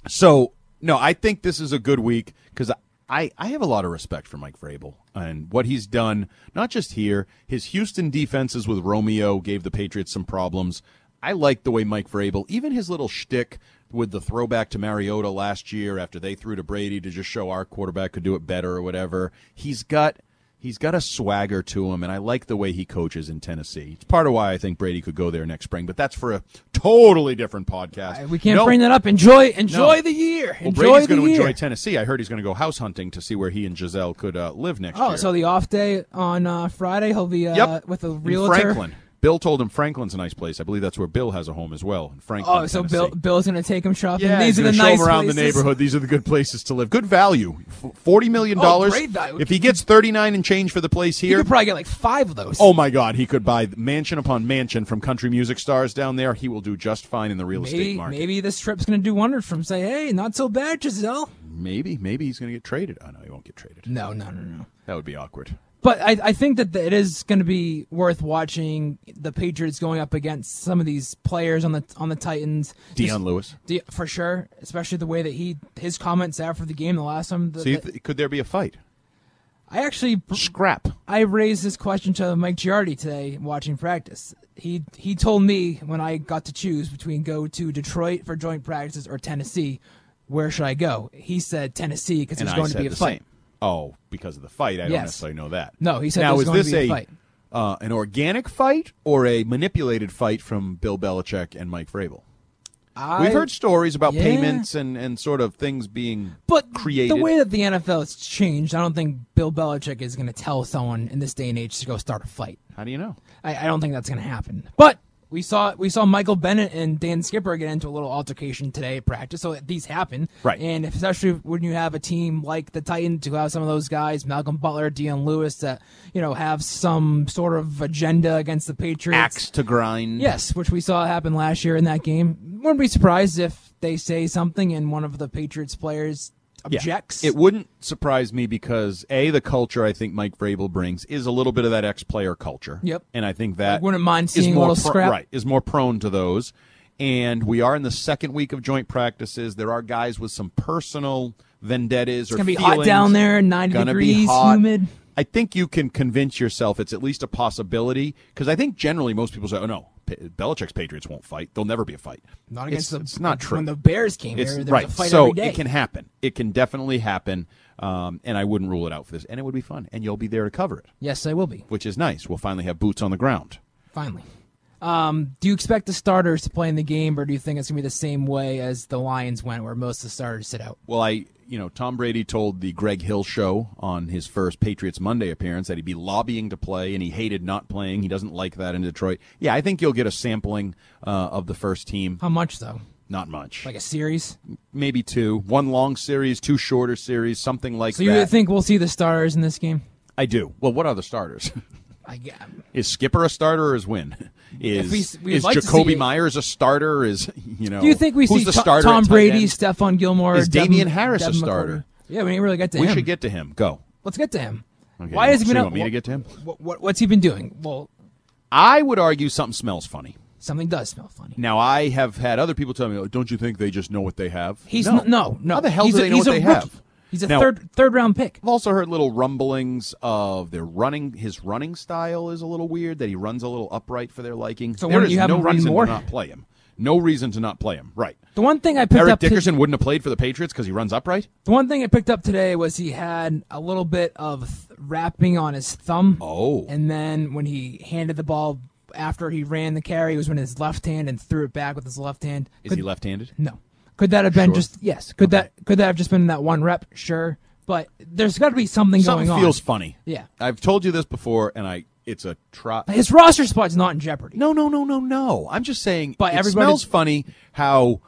[SPEAKER 2] So no, I think this is a good week because I I have a lot of respect for Mike Vrabel and what he's done. Not just here, his Houston defenses with Romeo gave the Patriots some problems. I like the way Mike Vrabel, even his little shtick with the throwback to Mariota last year after they threw to Brady to just show our quarterback could do it better or whatever. He's got he's got a swagger to him, and I like the way he coaches in Tennessee. It's part of why I think Brady could go there next spring, but that's for a totally different podcast.
[SPEAKER 1] Uh, We can't
[SPEAKER 2] No.
[SPEAKER 1] bring that up. Enjoy, enjoy the year.
[SPEAKER 2] Well,
[SPEAKER 1] enjoy
[SPEAKER 2] Brady's
[SPEAKER 1] the
[SPEAKER 2] going to
[SPEAKER 1] year.
[SPEAKER 2] enjoy Tennessee. I heard he's going to go house hunting to see where he and Giselle could uh, live next
[SPEAKER 1] Oh,
[SPEAKER 2] year.
[SPEAKER 1] so the off day on uh, Friday, he'll be uh,
[SPEAKER 2] Yep.
[SPEAKER 1] with a
[SPEAKER 2] In
[SPEAKER 1] realtor.
[SPEAKER 2] Franklin. Bill told him Franklin's a nice place. I believe that's where Bill has a home as well in Franklin.
[SPEAKER 1] oh, so
[SPEAKER 2] Tennessee.
[SPEAKER 1] Bill, Bill's going to take him shopping.
[SPEAKER 2] Yeah,
[SPEAKER 1] These
[SPEAKER 2] he's
[SPEAKER 1] are the
[SPEAKER 2] gonna show
[SPEAKER 1] nice
[SPEAKER 2] him around the
[SPEAKER 1] places.
[SPEAKER 2] neighborhood. These are the good places to live. Good value. F- Forty million dollars.
[SPEAKER 1] Oh, great value.
[SPEAKER 2] If he gets thirty nine and change for the place
[SPEAKER 1] You
[SPEAKER 2] here,
[SPEAKER 1] could probably get like five of those.
[SPEAKER 2] oh my God, he could buy mansion upon mansion from country music stars down there. He will do just fine in the real estate
[SPEAKER 1] maybe,
[SPEAKER 2] market.
[SPEAKER 1] maybe this trip's going to do wonders for him. Say, hey, not so bad, Giselle.
[SPEAKER 2] Maybe, maybe he's going to get traded. I know he won't get traded.
[SPEAKER 1] No, no, no, no.
[SPEAKER 2] That would be awkward.
[SPEAKER 1] But I, I think that it is going to be worth watching the Patriots going up against some of these players on the on the Titans. Just-
[SPEAKER 2] Deion Lewis.
[SPEAKER 1] De- for sure, especially the way that he his comments after the game the last time. The,
[SPEAKER 2] So you th- could there be a fight?
[SPEAKER 1] I actually
[SPEAKER 2] scrap.
[SPEAKER 1] I raised this question to Mike Giardi today watching practice. He he told me when I got to choose between go to Detroit for joint practices or Tennessee, where should I go? He said Tennessee because
[SPEAKER 2] And
[SPEAKER 1] there's
[SPEAKER 2] I
[SPEAKER 1] going to
[SPEAKER 2] said
[SPEAKER 1] be a
[SPEAKER 2] the
[SPEAKER 1] fight.
[SPEAKER 2] Same. Oh, because of the fight, I don't
[SPEAKER 1] Yes.
[SPEAKER 2] necessarily know that.
[SPEAKER 1] No, he said
[SPEAKER 2] now
[SPEAKER 1] there's
[SPEAKER 2] is
[SPEAKER 1] going to
[SPEAKER 2] this
[SPEAKER 1] be a
[SPEAKER 2] a,
[SPEAKER 1] fight.
[SPEAKER 2] Uh, an organic fight or a manipulated fight from Bill Belichick and Mike Vrabel?
[SPEAKER 1] I-
[SPEAKER 2] We've heard stories about
[SPEAKER 1] Yeah.
[SPEAKER 2] payments and, and sort of things being
[SPEAKER 1] But
[SPEAKER 2] created.
[SPEAKER 1] the way that the NFL has changed, I don't think Bill Belichick is going to tell someone in this day and age to go start a fight.
[SPEAKER 2] How do you know?
[SPEAKER 1] I, I don't think that's going to happen. But we saw we saw Michael Bennett and Dan Skipper get into a little altercation today at practice. So these happen,
[SPEAKER 2] Right.
[SPEAKER 1] And especially when you have a team like the Titans who have some of those guys, Malcolm Butler, Deion Lewis, that you know have some sort of agenda against the Patriots.
[SPEAKER 2] Axe to grind.
[SPEAKER 1] Yes, which we saw happen last year in that game. Wouldn't be surprised if they say something and one of the Patriots players
[SPEAKER 2] Yeah.
[SPEAKER 1] objects.
[SPEAKER 2] It wouldn't surprise me because a the culture I think Mike Vrabel brings is a little bit of that ex player culture.
[SPEAKER 1] Yep.
[SPEAKER 2] and I think that
[SPEAKER 1] Like, wouldn't mind
[SPEAKER 2] is
[SPEAKER 1] seeing a
[SPEAKER 2] more
[SPEAKER 1] little
[SPEAKER 2] pro-
[SPEAKER 1] scrap.
[SPEAKER 2] Right, is more prone to those. And we are in the second week of joint practices. There are guys with some personal vendettas or
[SPEAKER 1] gonna be hot
[SPEAKER 2] feelings.
[SPEAKER 1] down there, 90
[SPEAKER 2] Gonna be
[SPEAKER 1] degrees,
[SPEAKER 2] hot.
[SPEAKER 1] humid.
[SPEAKER 2] I think you can convince yourself it's at least a possibility because I think generally most people say, "Oh no, P- Belichick's Patriots won't fight. There'll never be a fight."
[SPEAKER 1] Not against
[SPEAKER 2] it's,
[SPEAKER 1] the-
[SPEAKER 2] it's not true.
[SPEAKER 1] when the Bears came
[SPEAKER 2] it's,
[SPEAKER 1] here, there was
[SPEAKER 2] right?
[SPEAKER 1] a fight
[SPEAKER 2] so
[SPEAKER 1] every day.
[SPEAKER 2] it can happen. It can definitely happen, um, and I wouldn't rule it out for this. And it would be fun, and you'll be there to cover it,
[SPEAKER 1] yes, I will be
[SPEAKER 2] which is nice. We'll finally have boots on the ground.
[SPEAKER 1] finally. Um, do you expect the starters to play in the game, or do you think it's gonna be the same way as the Lions went, where most of the starters sit out?
[SPEAKER 2] Well, I, you know, Tom Brady told the Greg Hill show on his first Patriots Monday appearance that he'd be lobbying to play, and he hated not playing. He doesn't like that in Detroit. Yeah, I think you'll get a sampling uh, of the first team.
[SPEAKER 1] How much though?
[SPEAKER 2] Not much.
[SPEAKER 1] Like a series?
[SPEAKER 2] Maybe two. One long series, two shorter series, something like
[SPEAKER 1] So
[SPEAKER 2] that.
[SPEAKER 1] you think we'll see the starters in this game?
[SPEAKER 2] I do. Well, what are the starters?
[SPEAKER 1] I um, get.
[SPEAKER 2] Is Skipper a starter or is Win? Is,
[SPEAKER 1] If we- we'd
[SPEAKER 2] is
[SPEAKER 1] like to
[SPEAKER 2] Jacoby
[SPEAKER 1] see-
[SPEAKER 2] Myers a starter? Is you know?
[SPEAKER 1] do you think we
[SPEAKER 2] who's
[SPEAKER 1] see
[SPEAKER 2] the
[SPEAKER 1] To-
[SPEAKER 2] starter
[SPEAKER 1] Tom
[SPEAKER 2] at tight
[SPEAKER 1] Brady,
[SPEAKER 2] end?
[SPEAKER 1] Stephon Gilmore,
[SPEAKER 2] Is
[SPEAKER 1] Devin-
[SPEAKER 2] Damian Harris a
[SPEAKER 1] Devin
[SPEAKER 2] starter?
[SPEAKER 1] McCourty? Yeah, we didn't really get to
[SPEAKER 2] we
[SPEAKER 1] him.
[SPEAKER 2] should get to him. Go.
[SPEAKER 1] Let's get to him.
[SPEAKER 2] Okay,
[SPEAKER 1] Why has he
[SPEAKER 2] so
[SPEAKER 1] been
[SPEAKER 2] you
[SPEAKER 1] out?
[SPEAKER 2] want me to get to him?
[SPEAKER 1] What, what, what's he been doing? Well,
[SPEAKER 2] I would argue something smells funny.
[SPEAKER 1] something does smell funny.
[SPEAKER 2] Now I have had other people tell me, oh, "Don't you think they just know what they have?"
[SPEAKER 1] He's
[SPEAKER 2] no,
[SPEAKER 1] n- no, no.
[SPEAKER 2] How the hell
[SPEAKER 1] He's
[SPEAKER 2] do
[SPEAKER 1] a-
[SPEAKER 2] they know
[SPEAKER 1] he's
[SPEAKER 2] what
[SPEAKER 1] a
[SPEAKER 2] they
[SPEAKER 1] rookie.
[SPEAKER 2] have?
[SPEAKER 1] He's a
[SPEAKER 2] Now-
[SPEAKER 1] third third round pick.
[SPEAKER 2] I've also heard little rumblings of their running. His running style is a little weird. That he runs a little upright for their liking.
[SPEAKER 1] So
[SPEAKER 2] There
[SPEAKER 1] wouldn't
[SPEAKER 2] is
[SPEAKER 1] you have
[SPEAKER 2] no
[SPEAKER 1] him run
[SPEAKER 2] reason
[SPEAKER 1] more?
[SPEAKER 2] to not play him. no reason to not play him. Right.
[SPEAKER 1] The one thing I picked
[SPEAKER 2] Eric
[SPEAKER 1] up to-
[SPEAKER 2] Dickerson wouldn't have played for the Patriots because he runs upright.
[SPEAKER 1] The one thing I picked up today was he had a little bit of th- wrapping on his thumb.
[SPEAKER 2] Oh.
[SPEAKER 1] And then when he handed the ball after he ran the carry, it was when his left hand and threw it back with his left hand.
[SPEAKER 2] Is he left-handed?
[SPEAKER 1] No. Could that have been
[SPEAKER 2] Sure.
[SPEAKER 1] just yes? Could that could that have just been in that one rep? Sure, but there's got to be something,
[SPEAKER 2] Something
[SPEAKER 1] going
[SPEAKER 2] feels
[SPEAKER 1] on.
[SPEAKER 2] funny.
[SPEAKER 1] Yeah.
[SPEAKER 2] I've told you this before, and I it's a trot.
[SPEAKER 1] His roster spot's not in jeopardy.
[SPEAKER 2] No, no, no, no, no. I'm just saying
[SPEAKER 1] But
[SPEAKER 2] it
[SPEAKER 1] everybody-
[SPEAKER 2] smells funny how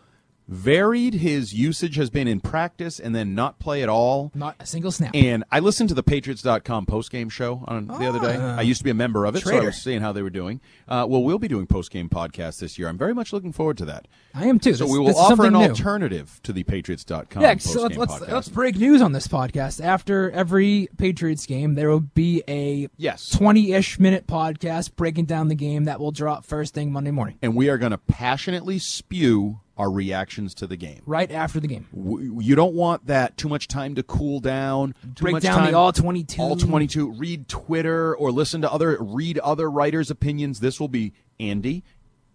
[SPEAKER 2] varied his usage has been in practice and then not play at all.
[SPEAKER 1] Not a single snap.
[SPEAKER 2] And I listened to the Patriots.com postgame show on the other day. I used to be a member of it, so
[SPEAKER 1] Ah.
[SPEAKER 2] I
[SPEAKER 1] Traitor.
[SPEAKER 2] was seeing how they were doing. Uh, well, we'll be doing postgame podcasts this year. I'm very much looking forward to that.
[SPEAKER 1] I am too.
[SPEAKER 2] So
[SPEAKER 1] This-
[SPEAKER 2] we will
[SPEAKER 1] this is
[SPEAKER 2] offer
[SPEAKER 1] something
[SPEAKER 2] an
[SPEAKER 1] new.
[SPEAKER 2] alternative to the Patriots.com
[SPEAKER 1] Yeah,
[SPEAKER 2] postgame
[SPEAKER 1] so let's, let's,
[SPEAKER 2] podcast.
[SPEAKER 1] let's break news on this podcast. After every Patriots game, there will be a
[SPEAKER 2] Yes.
[SPEAKER 1] 20-ish minute podcast breaking down the game that will drop first thing Monday morning,
[SPEAKER 2] and we are going to passionately spew our reactions to the game.
[SPEAKER 1] right after the game.
[SPEAKER 2] W- You don't want that too much time to cool down. Too
[SPEAKER 1] Break
[SPEAKER 2] much
[SPEAKER 1] down the
[SPEAKER 2] time-
[SPEAKER 1] all 22.
[SPEAKER 2] All twenty-two. Read Twitter or listen to other read other writers' opinions. This will be Andy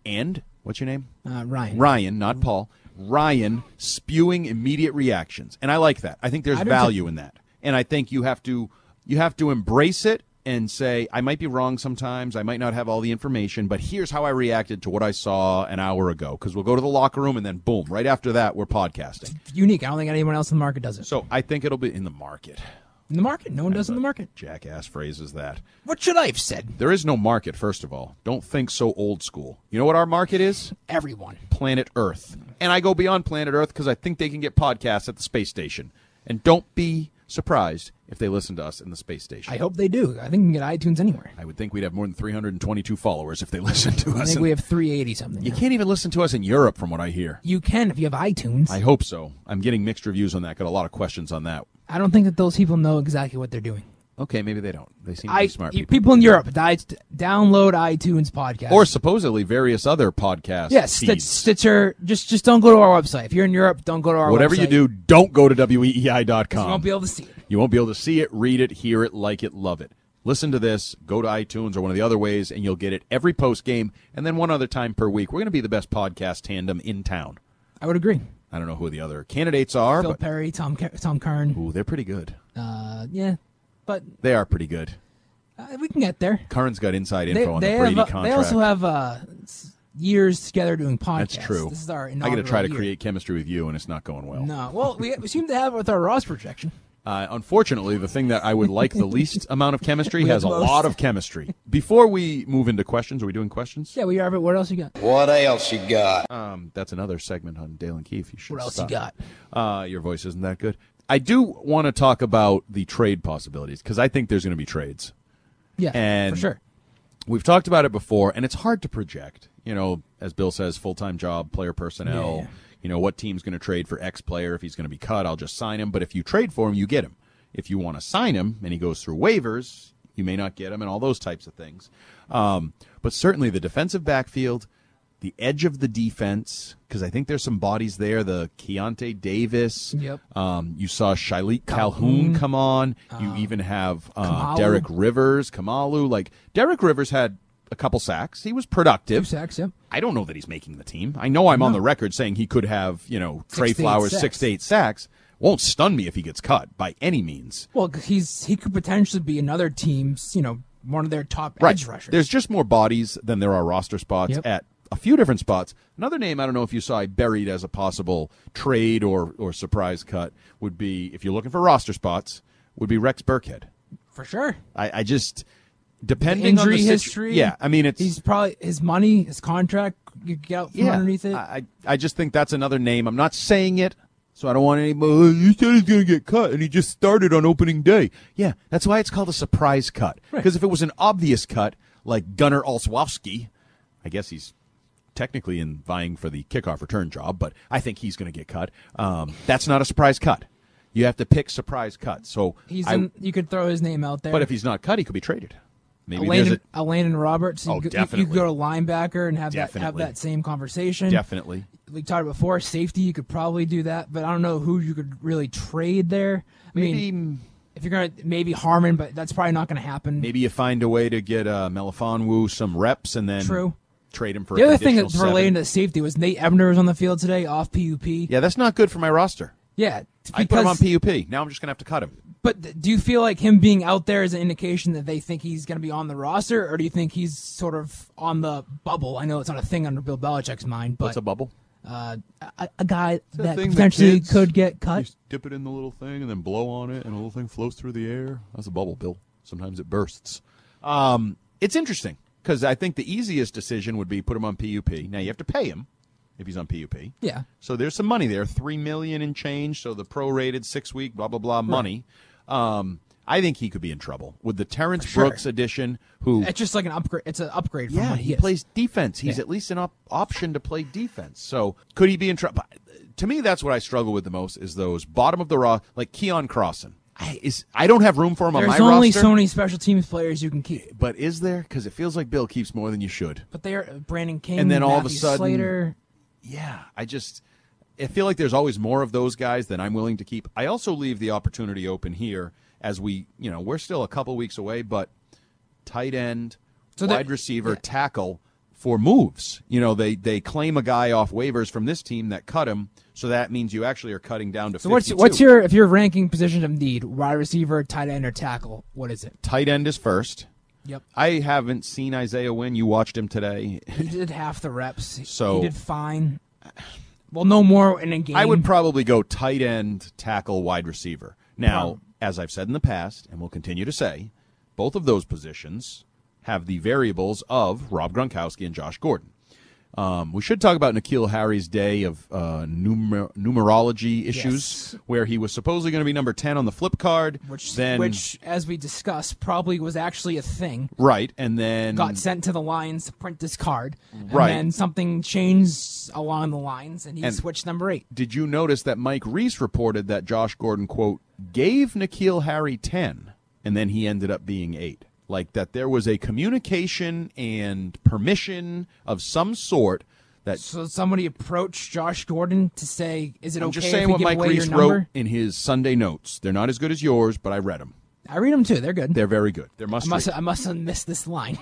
[SPEAKER 2] and what's your name?
[SPEAKER 1] Uh, Ryan.
[SPEAKER 2] Ryan, not Paul. Ryan spewing immediate reactions, and I like that. I think there's
[SPEAKER 1] I do
[SPEAKER 2] value
[SPEAKER 1] too.
[SPEAKER 2] in that, and I think you have to you have to embrace it and say I might be wrong sometimes. I might not have all the information, but here's how I reacted to what I saw an hour ago. Because we'll go to the locker room, and then boom, right after that, we're podcasting.
[SPEAKER 1] It's unique. I don't think anyone else in the market does it.
[SPEAKER 2] So I think it'll be in the market.
[SPEAKER 1] In the market, no one does in the market.
[SPEAKER 2] Jackass phrase is that.
[SPEAKER 1] What should I have said?
[SPEAKER 2] There is no market, first of all. Don't think so old school. You know what our market is?
[SPEAKER 1] Everyone.
[SPEAKER 2] Planet Earth. And I go beyond planet Earth because I think they can get podcasts at the space station. And don't be surprised if they listen to us in the space station.
[SPEAKER 1] I hope they do. I think you can get iTunes anywhere.
[SPEAKER 2] I would think we'd have more than 322 followers if they listened to
[SPEAKER 1] I
[SPEAKER 2] us.
[SPEAKER 1] think
[SPEAKER 2] in-
[SPEAKER 1] we have 380 something.
[SPEAKER 2] you can't even listen to us in Europe, from what I hear.
[SPEAKER 1] You can if you have iTunes.
[SPEAKER 2] I hope so. I'm getting mixed reviews on that. Got a lot of questions on that.
[SPEAKER 1] I don't think that those people know exactly what they're doing.
[SPEAKER 2] Okay, maybe they don't. They seem to
[SPEAKER 1] I,
[SPEAKER 2] be smart
[SPEAKER 1] you-
[SPEAKER 2] people.
[SPEAKER 1] in Europe, di- download iTunes podcast.
[SPEAKER 2] Or supposedly various other podcasts.
[SPEAKER 1] Yes, Stitch, Stitcher. Just just don't go to our website. If you're in Europe, don't go to our
[SPEAKER 2] Whatever
[SPEAKER 1] website.
[SPEAKER 2] you do, don't go to E weei.com.
[SPEAKER 1] you won't be able to see it.
[SPEAKER 2] You won't be able to see it, read it, hear it, like it, love it. Listen to this, go to iTunes or one of the other ways, and you'll get it every post game and then one other time per week. We're going to be the best podcast tandem in town.
[SPEAKER 1] I would agree.
[SPEAKER 2] I don't know who the other candidates are,
[SPEAKER 1] Phil
[SPEAKER 2] but
[SPEAKER 1] Perry, Tom Ke- Tom Kern.
[SPEAKER 2] ooh, they're pretty good.
[SPEAKER 1] Uh, yeah, but
[SPEAKER 2] They are pretty good.
[SPEAKER 1] uh, we can get there.
[SPEAKER 2] Curran's got inside
[SPEAKER 1] They,
[SPEAKER 2] info on
[SPEAKER 1] they
[SPEAKER 2] the Brady
[SPEAKER 1] have, uh,
[SPEAKER 2] contract.
[SPEAKER 1] they also have uh, s- years together doing podcasts.
[SPEAKER 2] That's true.
[SPEAKER 1] This is our
[SPEAKER 2] I got to
[SPEAKER 1] inaugural
[SPEAKER 2] try to
[SPEAKER 1] year.
[SPEAKER 2] create chemistry with you, and it's not going well.
[SPEAKER 1] No, well, we, we seem to have it with our Ross projection.
[SPEAKER 2] Uh, unfortunately, the thing that I would like the least amount of chemistry
[SPEAKER 1] We
[SPEAKER 2] has a
[SPEAKER 1] have the most.
[SPEAKER 2] lot of chemistry. Before we move into questions, are we doing questions?
[SPEAKER 1] Yeah, we are. But what else you got?
[SPEAKER 2] What else you got? Um, that's another segment on Dale and Keefe. You should.
[SPEAKER 1] What else
[SPEAKER 2] stop.
[SPEAKER 1] you got?
[SPEAKER 2] Uh, your voice isn't that good. I do want to talk about the trade possibilities because I think there's going to be trades.
[SPEAKER 1] Yeah,
[SPEAKER 2] And
[SPEAKER 1] for sure.
[SPEAKER 2] We've talked about it before, and it's hard to project. You know, as Bill says, full time job, player personnel.
[SPEAKER 1] Yeah, yeah.
[SPEAKER 2] You know, what team's going to trade for X player? If he's going to be cut, I'll just sign him. But if you trade for him, you get him. If you want to sign him and he goes through waivers, you may not get him, and all those types of things. Um, but certainly the defensive backfield, the edge of the defense, because I think there's some bodies there. The Keontae Davis.
[SPEAKER 1] Yep.
[SPEAKER 2] Um, you saw Shailique Calhoun,
[SPEAKER 1] Calhoun.
[SPEAKER 2] come on. you even have uh,
[SPEAKER 1] Kamalu.
[SPEAKER 2] Derek Rivers, Kamalu. Like Derek Rivers had a couple sacks. He was productive.
[SPEAKER 1] Two sacks. Yeah.
[SPEAKER 2] I don't know that he's making the team. I know I'm on the record saying he could have, you know, Trey
[SPEAKER 1] Six to eight
[SPEAKER 2] Flowers
[SPEAKER 1] sacks.
[SPEAKER 2] six to eight sacks. Won't stun me if he gets cut by any means.
[SPEAKER 1] Well, 'cause he's he could potentially be another team's. You know, one of their top edge rushers.
[SPEAKER 2] There's just more bodies than there are roster spots
[SPEAKER 1] Yep.
[SPEAKER 2] at a few different spots. Another name I don't know if you saw I buried as a possible trade or or surprise cut would be if you're looking for roster spots would be Rex Burkhead.
[SPEAKER 1] for sure.
[SPEAKER 2] I, I just depending on
[SPEAKER 1] injury
[SPEAKER 2] the situ-
[SPEAKER 1] history.
[SPEAKER 2] Yeah, I mean it's
[SPEAKER 1] he's probably his money, his contract. You get out from
[SPEAKER 2] yeah.
[SPEAKER 1] underneath it.
[SPEAKER 2] I I I just think that's another name. I'm not saying it, so I don't want anybody. You said he's gonna get cut, and he just started on opening day. Yeah, that's why it's called a surprise cut.
[SPEAKER 1] Right.
[SPEAKER 2] Because if it was an obvious cut, like Gunnar Olszewski, I guess he's technically in vying for the kickoff return job, but I think he's gonna get cut. Um, that's not a surprise cut. You have to pick surprise cuts. So
[SPEAKER 1] he's
[SPEAKER 2] I-
[SPEAKER 1] in, you could throw his name out there.
[SPEAKER 2] but if he's not cut, he could be traded. Maybe there's
[SPEAKER 1] Elaine,
[SPEAKER 2] a,
[SPEAKER 1] Elaine Roberts, you,
[SPEAKER 2] Oh,
[SPEAKER 1] go- you- you
[SPEAKER 2] definitely.
[SPEAKER 1] could go to linebacker and have that have
[SPEAKER 2] Definitely.
[SPEAKER 1] that same conversation.
[SPEAKER 2] definitely.
[SPEAKER 1] We talked about before safety. You could probably do that, but I don't know who you could really trade there. I
[SPEAKER 2] Maybe
[SPEAKER 1] mean, if you're gonna maybe Harmon, but that's probably not gonna happen.
[SPEAKER 2] Maybe you find a way to get uh, Melifonwu some reps and then
[SPEAKER 1] True.
[SPEAKER 2] trade him for
[SPEAKER 1] the
[SPEAKER 2] a
[SPEAKER 1] other thing
[SPEAKER 2] conditional
[SPEAKER 1] that's relating
[SPEAKER 2] seven.
[SPEAKER 1] to safety was Nate Ebner was on the field today off PUP.
[SPEAKER 2] Yeah, that's not good for my roster.
[SPEAKER 1] Yeah,
[SPEAKER 2] I put him on
[SPEAKER 1] because-
[SPEAKER 2] PUP. Now I'm just gonna have to cut him.
[SPEAKER 1] But th- do you feel like him being out there is an indication that they think he's going to be on the roster, or do you think he's sort of on the bubble? I know it's not a thing under Bill Belichick's mind, but
[SPEAKER 2] What's a bubble?
[SPEAKER 1] Uh, a, a guy
[SPEAKER 2] the
[SPEAKER 1] that
[SPEAKER 2] thing that
[SPEAKER 1] potentially
[SPEAKER 2] kids
[SPEAKER 1] could get cut.
[SPEAKER 2] You dip it in the little thing and then blow on it, and a little thing floats through the air. That's a bubble, Bill. Sometimes it bursts. Um, it's interesting because I think the easiest decision would be put him on PUP. Now you have to pay him if he's on PUP.
[SPEAKER 1] Yeah.
[SPEAKER 2] So there's some money there, three million in change. So the prorated six week blah blah blah money. Um, I think he could be in trouble with the Terrence
[SPEAKER 1] sure.
[SPEAKER 2] Brooks edition. Who
[SPEAKER 1] It's just like an upgrade. It's an upgrade. From
[SPEAKER 2] yeah,
[SPEAKER 1] what
[SPEAKER 2] he,
[SPEAKER 1] he, is.
[SPEAKER 2] plays defense. He's
[SPEAKER 1] Yeah.
[SPEAKER 2] at least an op- option to play defense. So could he be in trouble? To me, that's what I struggle with the most is those bottom of the raw, like Keon Crossan. I, is I don't have room for him
[SPEAKER 1] There's
[SPEAKER 2] on my
[SPEAKER 1] only
[SPEAKER 2] roster.
[SPEAKER 1] so many special teams players you can keep,
[SPEAKER 2] but is there? Because it feels like Bill keeps more than you should.
[SPEAKER 1] but they are Brandon King
[SPEAKER 2] And then all of a
[SPEAKER 1] Matthew
[SPEAKER 2] sudden-
[SPEAKER 1] Slater.
[SPEAKER 2] Yeah, I just I feel like there's always more of those guys than I'm willing to keep. I also leave the opportunity open here as we, you know, we're still a couple weeks away, but tight end,
[SPEAKER 1] So that-
[SPEAKER 2] wide receiver, tackle for moves. You know, they they claim a guy off waivers from this team that cut him, so that means you actually are cutting down to
[SPEAKER 1] So what's
[SPEAKER 2] 52.
[SPEAKER 1] what's your if you're ranking positions of need, wide receiver, tight end, or tackle? What is it?
[SPEAKER 2] tight end is first.
[SPEAKER 1] Yep.
[SPEAKER 2] I haven't seen Isaiah Wynn. You watched him today.
[SPEAKER 1] He did half the reps. He-
[SPEAKER 2] So-
[SPEAKER 1] he did fine. Well, no more in a game.
[SPEAKER 2] I would probably go tight end, tackle, wide receiver. Now, as I've said in the past, and will continue to say, both of those positions have the variables of Rob Gronkowski and Josh Gordon. Um, we should talk about Nikhil Harry's day of uh, numer- numerology issues, where he was supposedly going to be number ten on the flip card,
[SPEAKER 1] which,
[SPEAKER 2] then
[SPEAKER 1] which, as we discussed, probably was actually a thing.
[SPEAKER 2] right, and then
[SPEAKER 1] Got sent to the lines to print this card, and
[SPEAKER 2] Right.
[SPEAKER 1] then something changed along the lines, and he
[SPEAKER 2] And-
[SPEAKER 1] switched number eight.
[SPEAKER 2] Did you notice that Mike Reese reported that Josh Gordon, quote, gave Nikhil Harry 10, and then he ended up being 8? Like that there was a communication and permission of some sort that.
[SPEAKER 1] So somebody approached Josh Gordon to say, "Is it
[SPEAKER 2] I'm
[SPEAKER 1] okay
[SPEAKER 2] just
[SPEAKER 1] if
[SPEAKER 2] saying
[SPEAKER 1] we
[SPEAKER 2] what
[SPEAKER 1] give
[SPEAKER 2] Mike
[SPEAKER 1] away
[SPEAKER 2] Reese
[SPEAKER 1] your number?"
[SPEAKER 2] wrote in his Sunday notes. They're not as good as yours, but I read them.
[SPEAKER 1] I read them too. They're good.
[SPEAKER 2] They're very good. They're
[SPEAKER 1] I
[SPEAKER 2] must,
[SPEAKER 1] must
[SPEAKER 2] read.
[SPEAKER 1] I must have missed this line.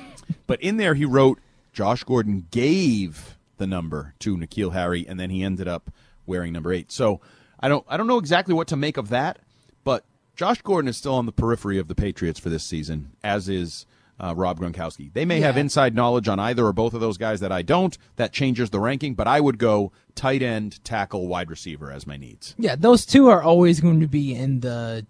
[SPEAKER 2] But in there, he wrote Josh Gordon gave the number to Nikhil Harry, and then he ended up wearing number eight. So I don't I don't know exactly what to make of that, but Josh Gordon is still on the periphery of the Patriots for this season, as is. Uh, Rob Gronkowski. They may have
[SPEAKER 1] Yeah.
[SPEAKER 2] inside knowledge on either or both of those guys that I don't. That changes the ranking, but I would go tight end, tackle, wide receiver as my needs.
[SPEAKER 1] Yeah, those two are always going to be in the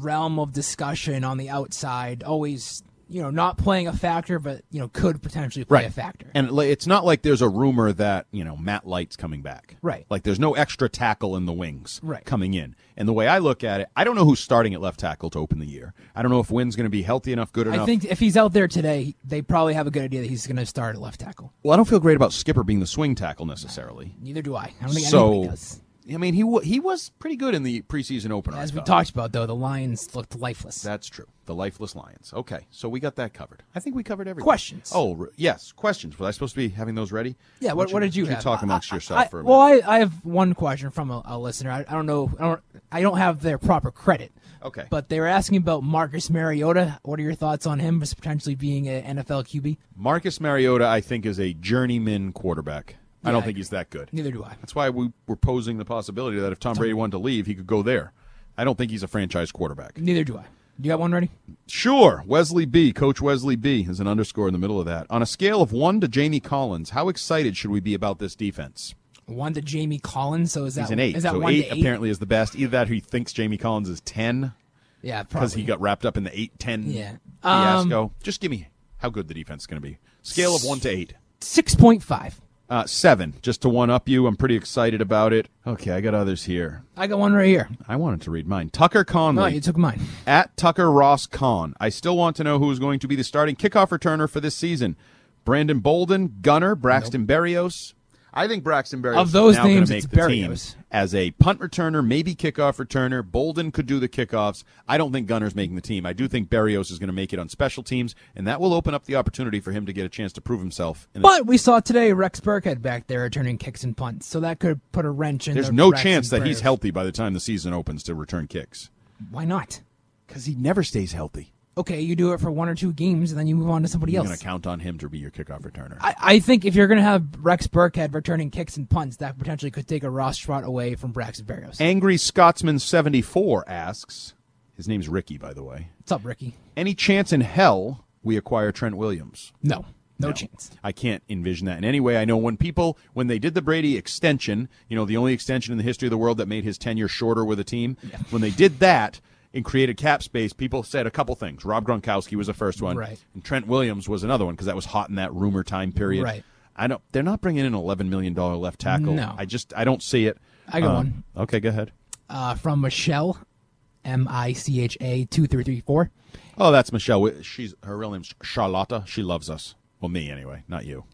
[SPEAKER 1] realm of discussion on the outside. Always, you know, not playing a factor, but you know, could potentially play a factor.
[SPEAKER 2] And li- it's not like there's a rumor that, you know, Matt Light's coming back.
[SPEAKER 1] Right.
[SPEAKER 2] Like there's no extra tackle in the wings
[SPEAKER 1] Right.
[SPEAKER 2] coming in. And the way I look at it, I don't know who's starting at left tackle to open the year. I don't know if Wynn's going to be healthy enough, good enough.
[SPEAKER 1] I think if he's out there today, they probably have a good idea that he's going to start at left tackle.
[SPEAKER 2] well, I don't feel great about Skipper being the swing tackle necessarily.
[SPEAKER 1] Neither do I. I don't think anybody
[SPEAKER 2] so,
[SPEAKER 1] does.
[SPEAKER 2] I mean, he wa he was pretty good in the preseason opener.
[SPEAKER 1] As
[SPEAKER 2] I
[SPEAKER 1] we
[SPEAKER 2] thought.
[SPEAKER 1] talked about, though, the Lions looked lifeless.
[SPEAKER 2] That's true. The lifeless lions. Okay, so we got that covered. I think we covered everything.
[SPEAKER 1] Questions?
[SPEAKER 2] Oh r- yes, questions. Was I supposed to be having those ready?
[SPEAKER 1] yeah.
[SPEAKER 2] Why
[SPEAKER 1] What,
[SPEAKER 2] don't
[SPEAKER 1] what did you
[SPEAKER 2] why don't
[SPEAKER 1] have?
[SPEAKER 2] talk
[SPEAKER 1] I-
[SPEAKER 2] amongst
[SPEAKER 1] I-
[SPEAKER 2] yourself
[SPEAKER 1] I-
[SPEAKER 2] for a minute?
[SPEAKER 1] well, I, I have one question from a, a listener. I, I don't know. I don't. I don't have their proper credit.
[SPEAKER 2] Okay.
[SPEAKER 1] But they were asking about Marcus Mariota. What are your thoughts on him as potentially being an NFL QB?
[SPEAKER 2] Marcus Mariota, I think, is a journeyman quarterback. I don't
[SPEAKER 1] I
[SPEAKER 2] think he's that good.
[SPEAKER 1] Neither do I.
[SPEAKER 2] That's why we were posing the possibility that if Tom Brady wanted to leave, he could go there. I don't think he's a franchise quarterback.
[SPEAKER 1] Neither do I. You got one ready?
[SPEAKER 2] Sure, Wesley B, Coach Wesley B, is an underscore in the middle of that. On a scale of one to Jamie Collins, how excited should we be about this defense?
[SPEAKER 1] One to Jamie Collins. So is that
[SPEAKER 2] He's an eight.
[SPEAKER 1] Is that
[SPEAKER 2] so
[SPEAKER 1] one
[SPEAKER 2] eight,
[SPEAKER 1] to eight?
[SPEAKER 2] apparently is the best. Either that, or he thinks Jamie Collins is ten
[SPEAKER 1] Yeah,
[SPEAKER 2] because
[SPEAKER 1] probably.
[SPEAKER 2] he got wrapped up in the eight ten
[SPEAKER 1] Yeah. Um,
[SPEAKER 2] fiasco. Just give me how good the defense is going to be. Scale of one to eight.
[SPEAKER 1] Six point five.
[SPEAKER 2] Uh, seven, just to one up you. I'm pretty excited about it. Okay, I got others here.
[SPEAKER 1] I got one right here.
[SPEAKER 2] I wanted to read mine. Tucker Conley.
[SPEAKER 1] No, you took mine.
[SPEAKER 2] At Tucker Ross Con. I still want to know who is going to be the starting kickoff returner for this season. Brandon Bolden, Gunner, Braxton Berrios. I think Braxton Berrios
[SPEAKER 1] Of those
[SPEAKER 2] is now gonna
[SPEAKER 1] names,
[SPEAKER 2] make
[SPEAKER 1] it's
[SPEAKER 2] the team
[SPEAKER 1] Berrios.
[SPEAKER 2] as a punt returner, maybe kickoff returner. Bolden could do the kickoffs. I don't think Gunner's making the team. I do think Berrios is going to make it on special teams, and that will open up the opportunity for him to get a chance to prove himself. In a-
[SPEAKER 1] But we saw today Rex Burkhead back there returning kicks and punts, so that could put a wrench in.
[SPEAKER 2] There's
[SPEAKER 1] the
[SPEAKER 2] no
[SPEAKER 1] Rex
[SPEAKER 2] chance
[SPEAKER 1] and
[SPEAKER 2] that he's
[SPEAKER 1] Burkhead.
[SPEAKER 2] healthy by the time the season opens to return kicks
[SPEAKER 1] Why not?
[SPEAKER 2] because he never stays healthy.
[SPEAKER 1] okay, you do it for one or two games and then you move on to somebody
[SPEAKER 2] You're going
[SPEAKER 1] else.
[SPEAKER 2] to count on him to be your kickoff returner.
[SPEAKER 1] I, I think if you're going to have Rex Burkhead returning kicks and punts, that potentially could take a Ross Trot away from Braxton Berrios.
[SPEAKER 2] Angry Scotsman 74 asks, his name's Ricky, by the way.
[SPEAKER 1] What's up, Ricky?
[SPEAKER 2] Any chance in hell we acquire Trent Williams?
[SPEAKER 1] No. No, chance.
[SPEAKER 2] I can't envision that in any way. I know when people, when they did the Brady extension, you know, the only extension in the history of the world that made his tenure shorter with a team, when they did that and created cap space, people said a couple things. Rob Gronkowski was the first one,
[SPEAKER 1] Right.
[SPEAKER 2] and Trent Williams was another one because that was hot in that rumor time period.
[SPEAKER 1] Right.
[SPEAKER 2] I don't. They're not bringing in an eleven million dollar left tackle.
[SPEAKER 1] No.
[SPEAKER 2] I just I don't see it. Uh,
[SPEAKER 1] I got one.
[SPEAKER 2] Okay, go ahead.
[SPEAKER 1] Uh, from Michelle, M I C H A 2334.
[SPEAKER 2] Oh, that's Michelle. Wi- She's her real name's Charlotta. She loves us. Well, me anyway, not you,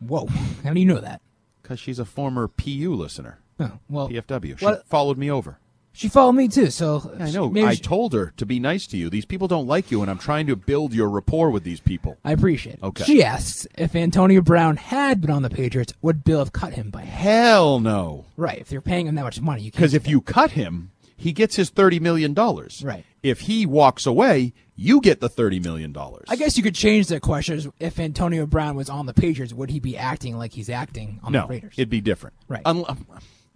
[SPEAKER 1] Whoa. How do you know that?
[SPEAKER 2] because she's a former PU listener.
[SPEAKER 1] Oh, well,
[SPEAKER 2] PFW. She
[SPEAKER 1] what-
[SPEAKER 2] followed me over.
[SPEAKER 1] She followed me too, so.
[SPEAKER 2] I know.
[SPEAKER 1] maybe
[SPEAKER 2] I
[SPEAKER 1] she-
[SPEAKER 2] told her to be nice to you. These people don't like you, and I'm trying to build your rapport with these people.
[SPEAKER 1] I appreciate it.
[SPEAKER 2] Okay.
[SPEAKER 1] She asks if Antonio Brown had been on the Patriots, would Bill have cut him by now?
[SPEAKER 2] Hell no.
[SPEAKER 1] Right. If you're paying him that much money, you can't.
[SPEAKER 2] Because if you cut him, he gets his thirty million dollars.
[SPEAKER 1] Right.
[SPEAKER 2] If he walks away, you get the thirty million dollars.
[SPEAKER 1] I guess you could change the question. is If Antonio Brown was on the Patriots, would he be acting like he's acting on
[SPEAKER 2] no,
[SPEAKER 1] the Raiders?
[SPEAKER 2] it'd be different.
[SPEAKER 1] Right.
[SPEAKER 2] Unl-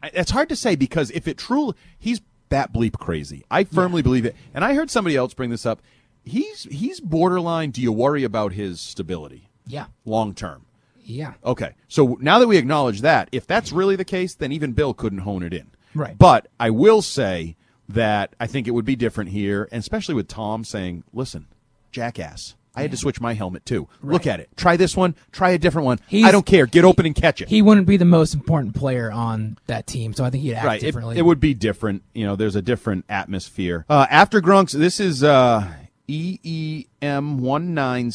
[SPEAKER 2] I- it's hard to say because if it truly, he's bat bleep crazy. I firmly believe it. And I heard somebody else bring this up. He's he's borderline. Do you worry about his stability
[SPEAKER 1] Yeah.
[SPEAKER 2] long term?
[SPEAKER 1] Yeah.
[SPEAKER 2] Okay. So now that we acknowledge that, if that's really the case, then even Bill couldn't hone it in.
[SPEAKER 1] Right.
[SPEAKER 2] But I will say that I think it would be different here, and especially with Tom saying, listen, jackass. I had to switch my helmet too. Look at it. Try this one. Try a different one. I
[SPEAKER 1] He's-
[SPEAKER 2] don't care. Get open and catch it.
[SPEAKER 1] He wouldn't be the most important player on that team, so I think he'd act
[SPEAKER 2] right. It,
[SPEAKER 1] differently.
[SPEAKER 2] it would be different. You know, there's a different atmosphere. Uh, after Grunks, this is uh, E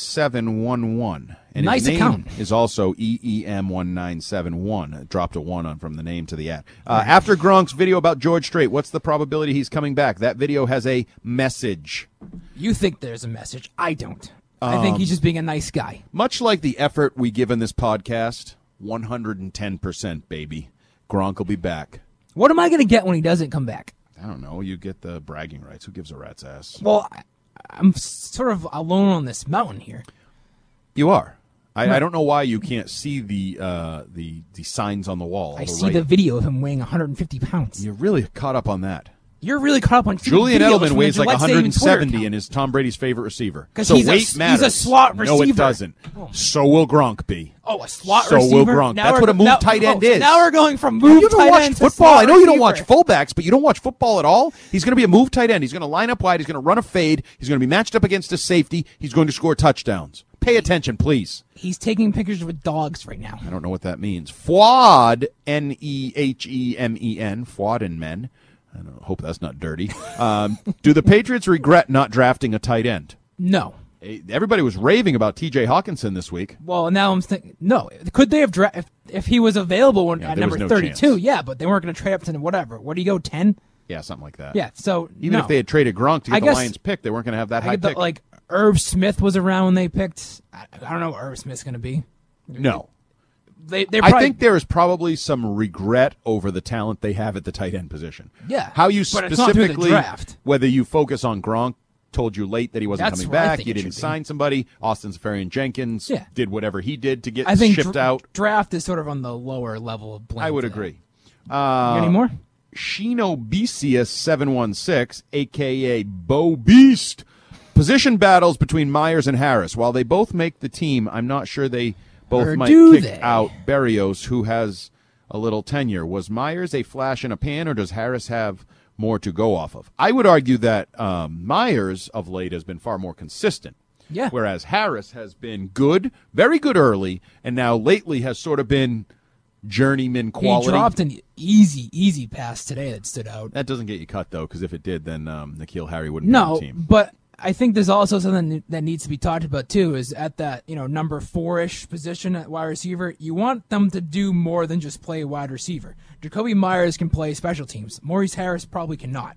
[SPEAKER 2] EEM19711. And
[SPEAKER 1] Nice
[SPEAKER 2] his name
[SPEAKER 1] account.
[SPEAKER 2] is also E EEM1971. Dropped a one on from the name to the at. Uh, after Gronk's video about George Strait, what's the probability he's coming back? That video has a message.
[SPEAKER 1] You think there's a message. I don't. I think
[SPEAKER 2] Um,
[SPEAKER 1] he's just being a nice guy.
[SPEAKER 2] Much like the effort we give in this podcast, 110%, baby. Gronk will be back.
[SPEAKER 1] What am I going to get when he doesn't come back?
[SPEAKER 2] I don't know. You get the bragging rights. Who gives a rat's ass?
[SPEAKER 1] Well, I, I'm s- sort of alone on this mountain here.
[SPEAKER 2] You are. I, I
[SPEAKER 1] Right.
[SPEAKER 2] don't know why you can't see the uh, the the signs on the wall.
[SPEAKER 1] I
[SPEAKER 2] the
[SPEAKER 1] see
[SPEAKER 2] right.
[SPEAKER 1] the video of him weighing 150 pounds.
[SPEAKER 2] You're really caught up on that.
[SPEAKER 1] You're really caught up on seeing
[SPEAKER 2] Julian
[SPEAKER 1] videos
[SPEAKER 2] Edelman
[SPEAKER 1] from the
[SPEAKER 2] weighs like
[SPEAKER 1] Gillette Stadium Twitter
[SPEAKER 2] 170
[SPEAKER 1] account.
[SPEAKER 2] and is Tom Brady's favorite receiver.
[SPEAKER 1] 'Cause
[SPEAKER 2] so
[SPEAKER 1] he's a-
[SPEAKER 2] weight
[SPEAKER 1] he's a
[SPEAKER 2] matters.
[SPEAKER 1] slot
[SPEAKER 2] No, it
[SPEAKER 1] receiver.
[SPEAKER 2] doesn't. So will Gronk be.
[SPEAKER 1] Oh, a slot
[SPEAKER 2] so
[SPEAKER 1] receiver.
[SPEAKER 2] will Gronk.
[SPEAKER 1] Now
[SPEAKER 2] That's
[SPEAKER 1] we're
[SPEAKER 2] what a
[SPEAKER 1] go-
[SPEAKER 2] move
[SPEAKER 1] now-
[SPEAKER 2] tight
[SPEAKER 1] oh,
[SPEAKER 2] end
[SPEAKER 1] so
[SPEAKER 2] is.
[SPEAKER 1] now we're going from
[SPEAKER 2] Have
[SPEAKER 1] move
[SPEAKER 2] you ever
[SPEAKER 1] tight
[SPEAKER 2] watched
[SPEAKER 1] end to
[SPEAKER 2] football?
[SPEAKER 1] slot
[SPEAKER 2] I know you don't watch
[SPEAKER 1] receiver.
[SPEAKER 2] fullbacks, but you don't watch football at all. He's going to be a move tight end. He's going to line up wide. He's going to run a fade. He's going to be matched up against a safety. He's going to score touchdowns. Pay attention, please.
[SPEAKER 1] He's taking pictures with dogs right now.
[SPEAKER 2] I don't know what that means. Fwad, N E H E M E N, Fwad and men. I don't hope that's not dirty. Um, do the Patriots regret not drafting a tight end?
[SPEAKER 1] No.
[SPEAKER 2] Eh, Everybody was raving about T.J. Hawkinson this week.
[SPEAKER 1] Well, now I'm thinking, no. Could they have dra- if, if he was available when, at
[SPEAKER 2] there
[SPEAKER 1] number
[SPEAKER 2] was no
[SPEAKER 1] 32?
[SPEAKER 2] chance.
[SPEAKER 1] Yeah, but they weren't going to trade up to whatever. What do you go 10?
[SPEAKER 2] Yeah, something like that.
[SPEAKER 1] Yeah, so
[SPEAKER 2] even
[SPEAKER 1] no.
[SPEAKER 2] if they had traded Gronk to get
[SPEAKER 1] I
[SPEAKER 2] the
[SPEAKER 1] guess-
[SPEAKER 2] Lions pick, they weren't going to have that
[SPEAKER 1] I
[SPEAKER 2] high
[SPEAKER 1] get the,
[SPEAKER 2] pick.
[SPEAKER 1] like Irv Smith was around when they picked. I, I don't know what Irv Smith's going to be.
[SPEAKER 2] no,
[SPEAKER 1] They they
[SPEAKER 2] I
[SPEAKER 1] probably
[SPEAKER 2] think there is probably some regret over the talent they have at the tight end position.
[SPEAKER 1] Yeah.
[SPEAKER 2] how you
[SPEAKER 1] But it's not through the
[SPEAKER 2] specifically
[SPEAKER 1] draft.
[SPEAKER 2] whether you focus on Gronk told you late that he wasn't
[SPEAKER 1] That's
[SPEAKER 2] coming
[SPEAKER 1] where I
[SPEAKER 2] back,
[SPEAKER 1] think
[SPEAKER 2] you
[SPEAKER 1] it
[SPEAKER 2] didn't
[SPEAKER 1] should be.
[SPEAKER 2] sign somebody. Austin Safarian Jenkins
[SPEAKER 1] Yeah.
[SPEAKER 2] did whatever he did to get
[SPEAKER 1] I think
[SPEAKER 2] shipped
[SPEAKER 1] dr-
[SPEAKER 2] out.
[SPEAKER 1] draft is sort of on the lower level of blame.
[SPEAKER 2] I would
[SPEAKER 1] for that.
[SPEAKER 2] agree.
[SPEAKER 1] You
[SPEAKER 2] Uh,
[SPEAKER 1] got any more?
[SPEAKER 2] Shinobesius seven one six, aka Bo Beast. Position battles between Myers and Harris. While they both make the team, I'm not sure they both
[SPEAKER 1] Or
[SPEAKER 2] might
[SPEAKER 1] do
[SPEAKER 2] kick
[SPEAKER 1] they?
[SPEAKER 2] out Barrios, who has a little tenure. Was Myers a flash in a pan, or does Harris have more to go off of? I would argue that um, Myers of late has been far more consistent.
[SPEAKER 1] Yeah.
[SPEAKER 2] Whereas Harris has been good, very good early, and now lately has sort of been journeyman quality.
[SPEAKER 1] He dropped an easy easy pass today that stood out.
[SPEAKER 2] That doesn't get you cut though, because if it did, then um, Nikhil Harry wouldn't be on
[SPEAKER 1] No,
[SPEAKER 2] the team.
[SPEAKER 1] but I think there's also something that needs to be talked about too. Is at that you know number four ish position at wide receiver, you want them to do more than just play wide receiver. Jacoby Myers can play special teams. Maurice Harris probably cannot.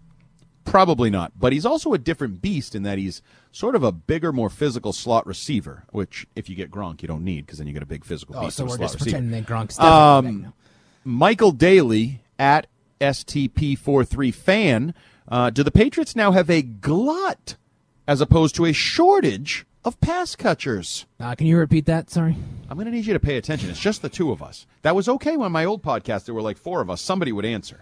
[SPEAKER 2] Probably not. But he's also a different beast in that he's sort of a bigger, more physical slot receiver. Which, if you get Gronk, you don't need because then you get a big physical
[SPEAKER 1] Oh,
[SPEAKER 2] beast.
[SPEAKER 1] so
[SPEAKER 2] of a
[SPEAKER 1] we're
[SPEAKER 2] slot
[SPEAKER 1] just
[SPEAKER 2] receiver.
[SPEAKER 1] pretending that Gronk's definitely back
[SPEAKER 2] Um, Michael Daly at STP43 fan. Uh, do the Patriots now have a glut as opposed to a shortage of pass catchers.
[SPEAKER 1] Uh, can you repeat that? Sorry.
[SPEAKER 2] I'm going to need you to pay attention. It's just the two of us. That was okay when my old podcast, there were like four of us. Somebody would answer.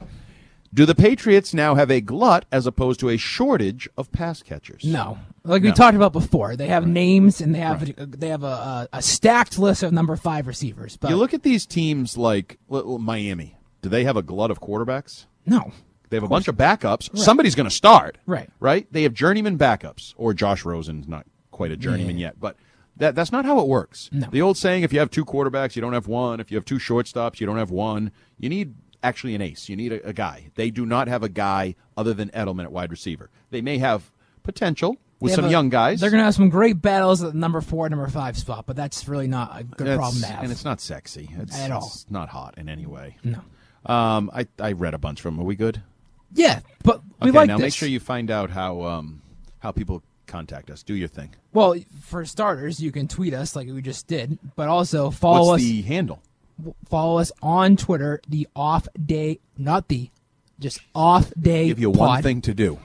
[SPEAKER 2] Do the Patriots now have a glut as opposed to a shortage of pass catchers?
[SPEAKER 1] No. Like we
[SPEAKER 2] No.
[SPEAKER 1] talked about before, they have names and they have they have a, a, a stacked list of number five receivers. But
[SPEAKER 2] you look at these teams like li- li- Miami. Do they have a glut of quarterbacks?
[SPEAKER 1] No.
[SPEAKER 2] They have a bunch of backups. Somebody's going to start.
[SPEAKER 1] Right.
[SPEAKER 2] Right? They have journeyman backups, or Josh Rosen's not quite a journeyman yet, but that that's not how it works. The old saying: if you have two quarterbacks, you don't have one. If you have two shortstops, you don't have one. You need actually an ace. You need a, a guy. They do not have a guy other than Edelman at wide receiver. They may have potential
[SPEAKER 1] They
[SPEAKER 2] with
[SPEAKER 1] have
[SPEAKER 2] some
[SPEAKER 1] a-
[SPEAKER 2] young guys.
[SPEAKER 1] they're going to have some great battles at the number four, number five spot. But that's really not a good
[SPEAKER 2] That's-
[SPEAKER 1] problem to have.
[SPEAKER 2] And it's not sexy it's,
[SPEAKER 1] At all.
[SPEAKER 2] It's not hot in any way.
[SPEAKER 1] No.
[SPEAKER 2] Um, I, I read a bunch from. Are we good?
[SPEAKER 1] yeah, but we
[SPEAKER 2] okay,
[SPEAKER 1] like
[SPEAKER 2] now
[SPEAKER 1] this.
[SPEAKER 2] make sure you find out how um how people contact us. Do your thing.
[SPEAKER 1] Well, for starters, you can tweet us like we just did, but also follow
[SPEAKER 2] What's
[SPEAKER 1] Oh, us.
[SPEAKER 2] the handle?
[SPEAKER 1] follow us on Twitter. The off day, not the, just off day.
[SPEAKER 2] Give you
[SPEAKER 1] pod.
[SPEAKER 2] one thing to do.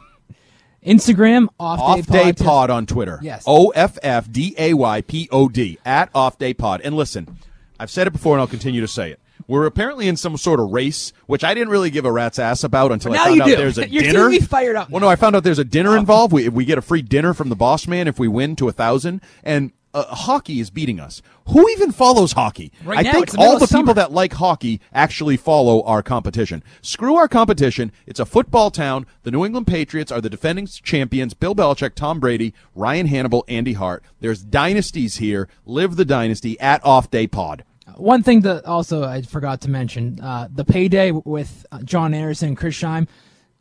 [SPEAKER 1] Instagram off,
[SPEAKER 2] Off Day
[SPEAKER 1] podcast.
[SPEAKER 2] Pod on Twitter.
[SPEAKER 1] Yes.
[SPEAKER 2] O F F D A Y P O D at Off Day Pod. And listen, I've said it before and I'll continue to say it. We're apparently in some sort of race, which I didn't really give a rat's ass about until
[SPEAKER 1] Now
[SPEAKER 2] I found
[SPEAKER 1] you
[SPEAKER 2] out
[SPEAKER 1] do.
[SPEAKER 2] there's a
[SPEAKER 1] You're
[SPEAKER 2] dinner.
[SPEAKER 1] keeping me fired up.
[SPEAKER 2] Well, no, I found out there's a dinner involved. We we get a free dinner from the boss man if we win to a thousand. And uh, hockey is beating us. Who even follows hockey?
[SPEAKER 4] Right
[SPEAKER 2] I
[SPEAKER 4] now,
[SPEAKER 2] think
[SPEAKER 4] it's the middle
[SPEAKER 2] all
[SPEAKER 4] of
[SPEAKER 2] the
[SPEAKER 4] summer.
[SPEAKER 2] people that like hockey actually follow our competition. Screw our competition. It's a football town. The New England Patriots are the defending champions. Bill Belichick, Tom Brady, Ryan Hannibal, Andy Hart. There's dynasties here. Live the dynasty at Off Day Pod.
[SPEAKER 1] One thing that also I forgot to mention: uh, the payday w- with uh, John Anderson and Chris Scheim,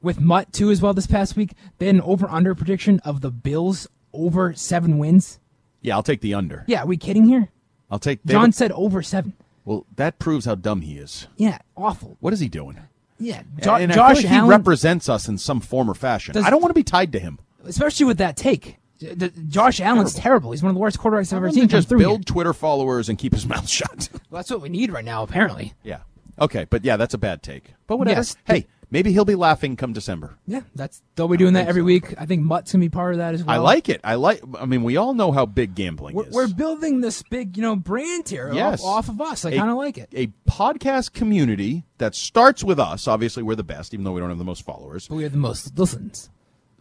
[SPEAKER 1] with Mutt too as well this past week. They had an over/under prediction of the Bills over seven wins.
[SPEAKER 2] Yeah, I'll take the under.
[SPEAKER 1] Yeah, are we kidding here?
[SPEAKER 2] I'll take they-
[SPEAKER 1] John said over seven.
[SPEAKER 2] Well, that proves how dumb he is.
[SPEAKER 1] Yeah, awful.
[SPEAKER 2] What is he doing?
[SPEAKER 1] Yeah, Jo-
[SPEAKER 2] And I feel
[SPEAKER 1] Josh
[SPEAKER 2] like
[SPEAKER 1] Allen,
[SPEAKER 2] he represents us in some form or fashion.
[SPEAKER 1] Does-
[SPEAKER 2] I don't want to be tied to him.
[SPEAKER 1] especially with that take. J- j- Josh Allen's terrible. He's one of the worst quarterbacks I've ever
[SPEAKER 2] He
[SPEAKER 1] seen.
[SPEAKER 2] can
[SPEAKER 1] come
[SPEAKER 2] just
[SPEAKER 1] through
[SPEAKER 2] build
[SPEAKER 1] here.
[SPEAKER 2] Twitter followers and keep his mouth shut.
[SPEAKER 1] Well, that's what we need right now, apparently.
[SPEAKER 2] yeah. Okay, but yeah, that's a bad take. But whatever.
[SPEAKER 1] Yes.
[SPEAKER 2] Hey, maybe he'll be laughing come December.
[SPEAKER 1] Yeah, that's they'll be doing that every week. I think Mutt's gonna be part of that as well.
[SPEAKER 2] I like it. I like. I mean, we all know how big gambling
[SPEAKER 1] We're,
[SPEAKER 2] is.
[SPEAKER 1] we're building this big, you know, brand here
[SPEAKER 2] Yes.
[SPEAKER 1] off, off of us. I
[SPEAKER 2] A-
[SPEAKER 1] kind of like it.
[SPEAKER 2] A podcast community that starts with us. Obviously, we're the best, even though we don't have the most followers.
[SPEAKER 1] But we have the most listens.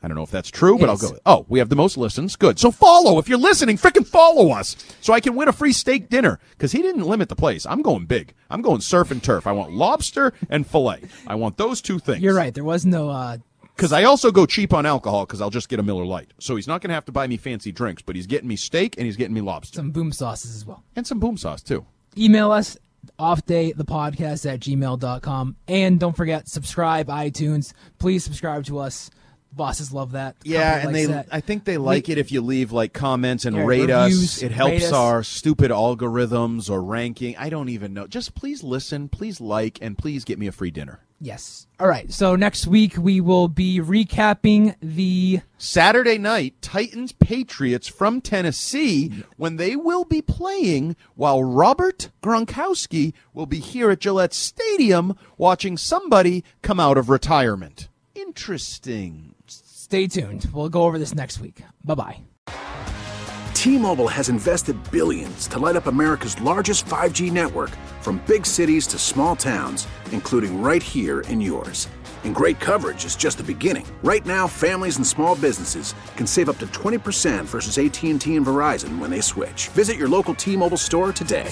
[SPEAKER 2] I don't know if that's true, but I'll
[SPEAKER 1] Yes.
[SPEAKER 2] go with Oh, we have the most listens. Good. So follow. If you're listening, freaking follow us so I can win a free steak dinner because he didn't limit the place. I'm going big. I'm going surf and turf. I want lobster and filet. I want those two things.
[SPEAKER 1] You're right. There was no. uh
[SPEAKER 2] Because I also go cheap on alcohol because I'll just get a Miller Lite. So he's not going to have to buy me fancy drinks, but he's getting me steak and he's getting me lobster.
[SPEAKER 1] Some boom sauces as well.
[SPEAKER 2] And some boom sauce, too.
[SPEAKER 1] Email us offday the podcast at gmail.com. And don't forget, subscribe iTunes. Please subscribe to us. Bosses love that. Company likes that.
[SPEAKER 2] think they
[SPEAKER 1] like
[SPEAKER 2] it if you leave like comments and
[SPEAKER 1] Yeah, rate us. reviews, It helps rate us. our
[SPEAKER 2] stupid algorithms or ranking. I don't even know. Just please listen, please like, and please get me a free dinner.
[SPEAKER 1] Yes. All right. So next week we will be recapping the
[SPEAKER 2] Saturday night, Titans Patriots from Tennessee, when they will be playing while Robert Gronkowski will be here at Gillette Stadium watching somebody come out of retirement. Interesting.
[SPEAKER 1] Stay tuned. We'll go over this next week. Bye bye.
[SPEAKER 10] T-Mobile has invested billions to light up America's largest 5G network from big cities to small towns, including right here in yours. And great coverage is just the beginning. Right now, families and small businesses can save up to 20% versus AT&T and Verizon when they switch. Visit your local T-Mobile store today.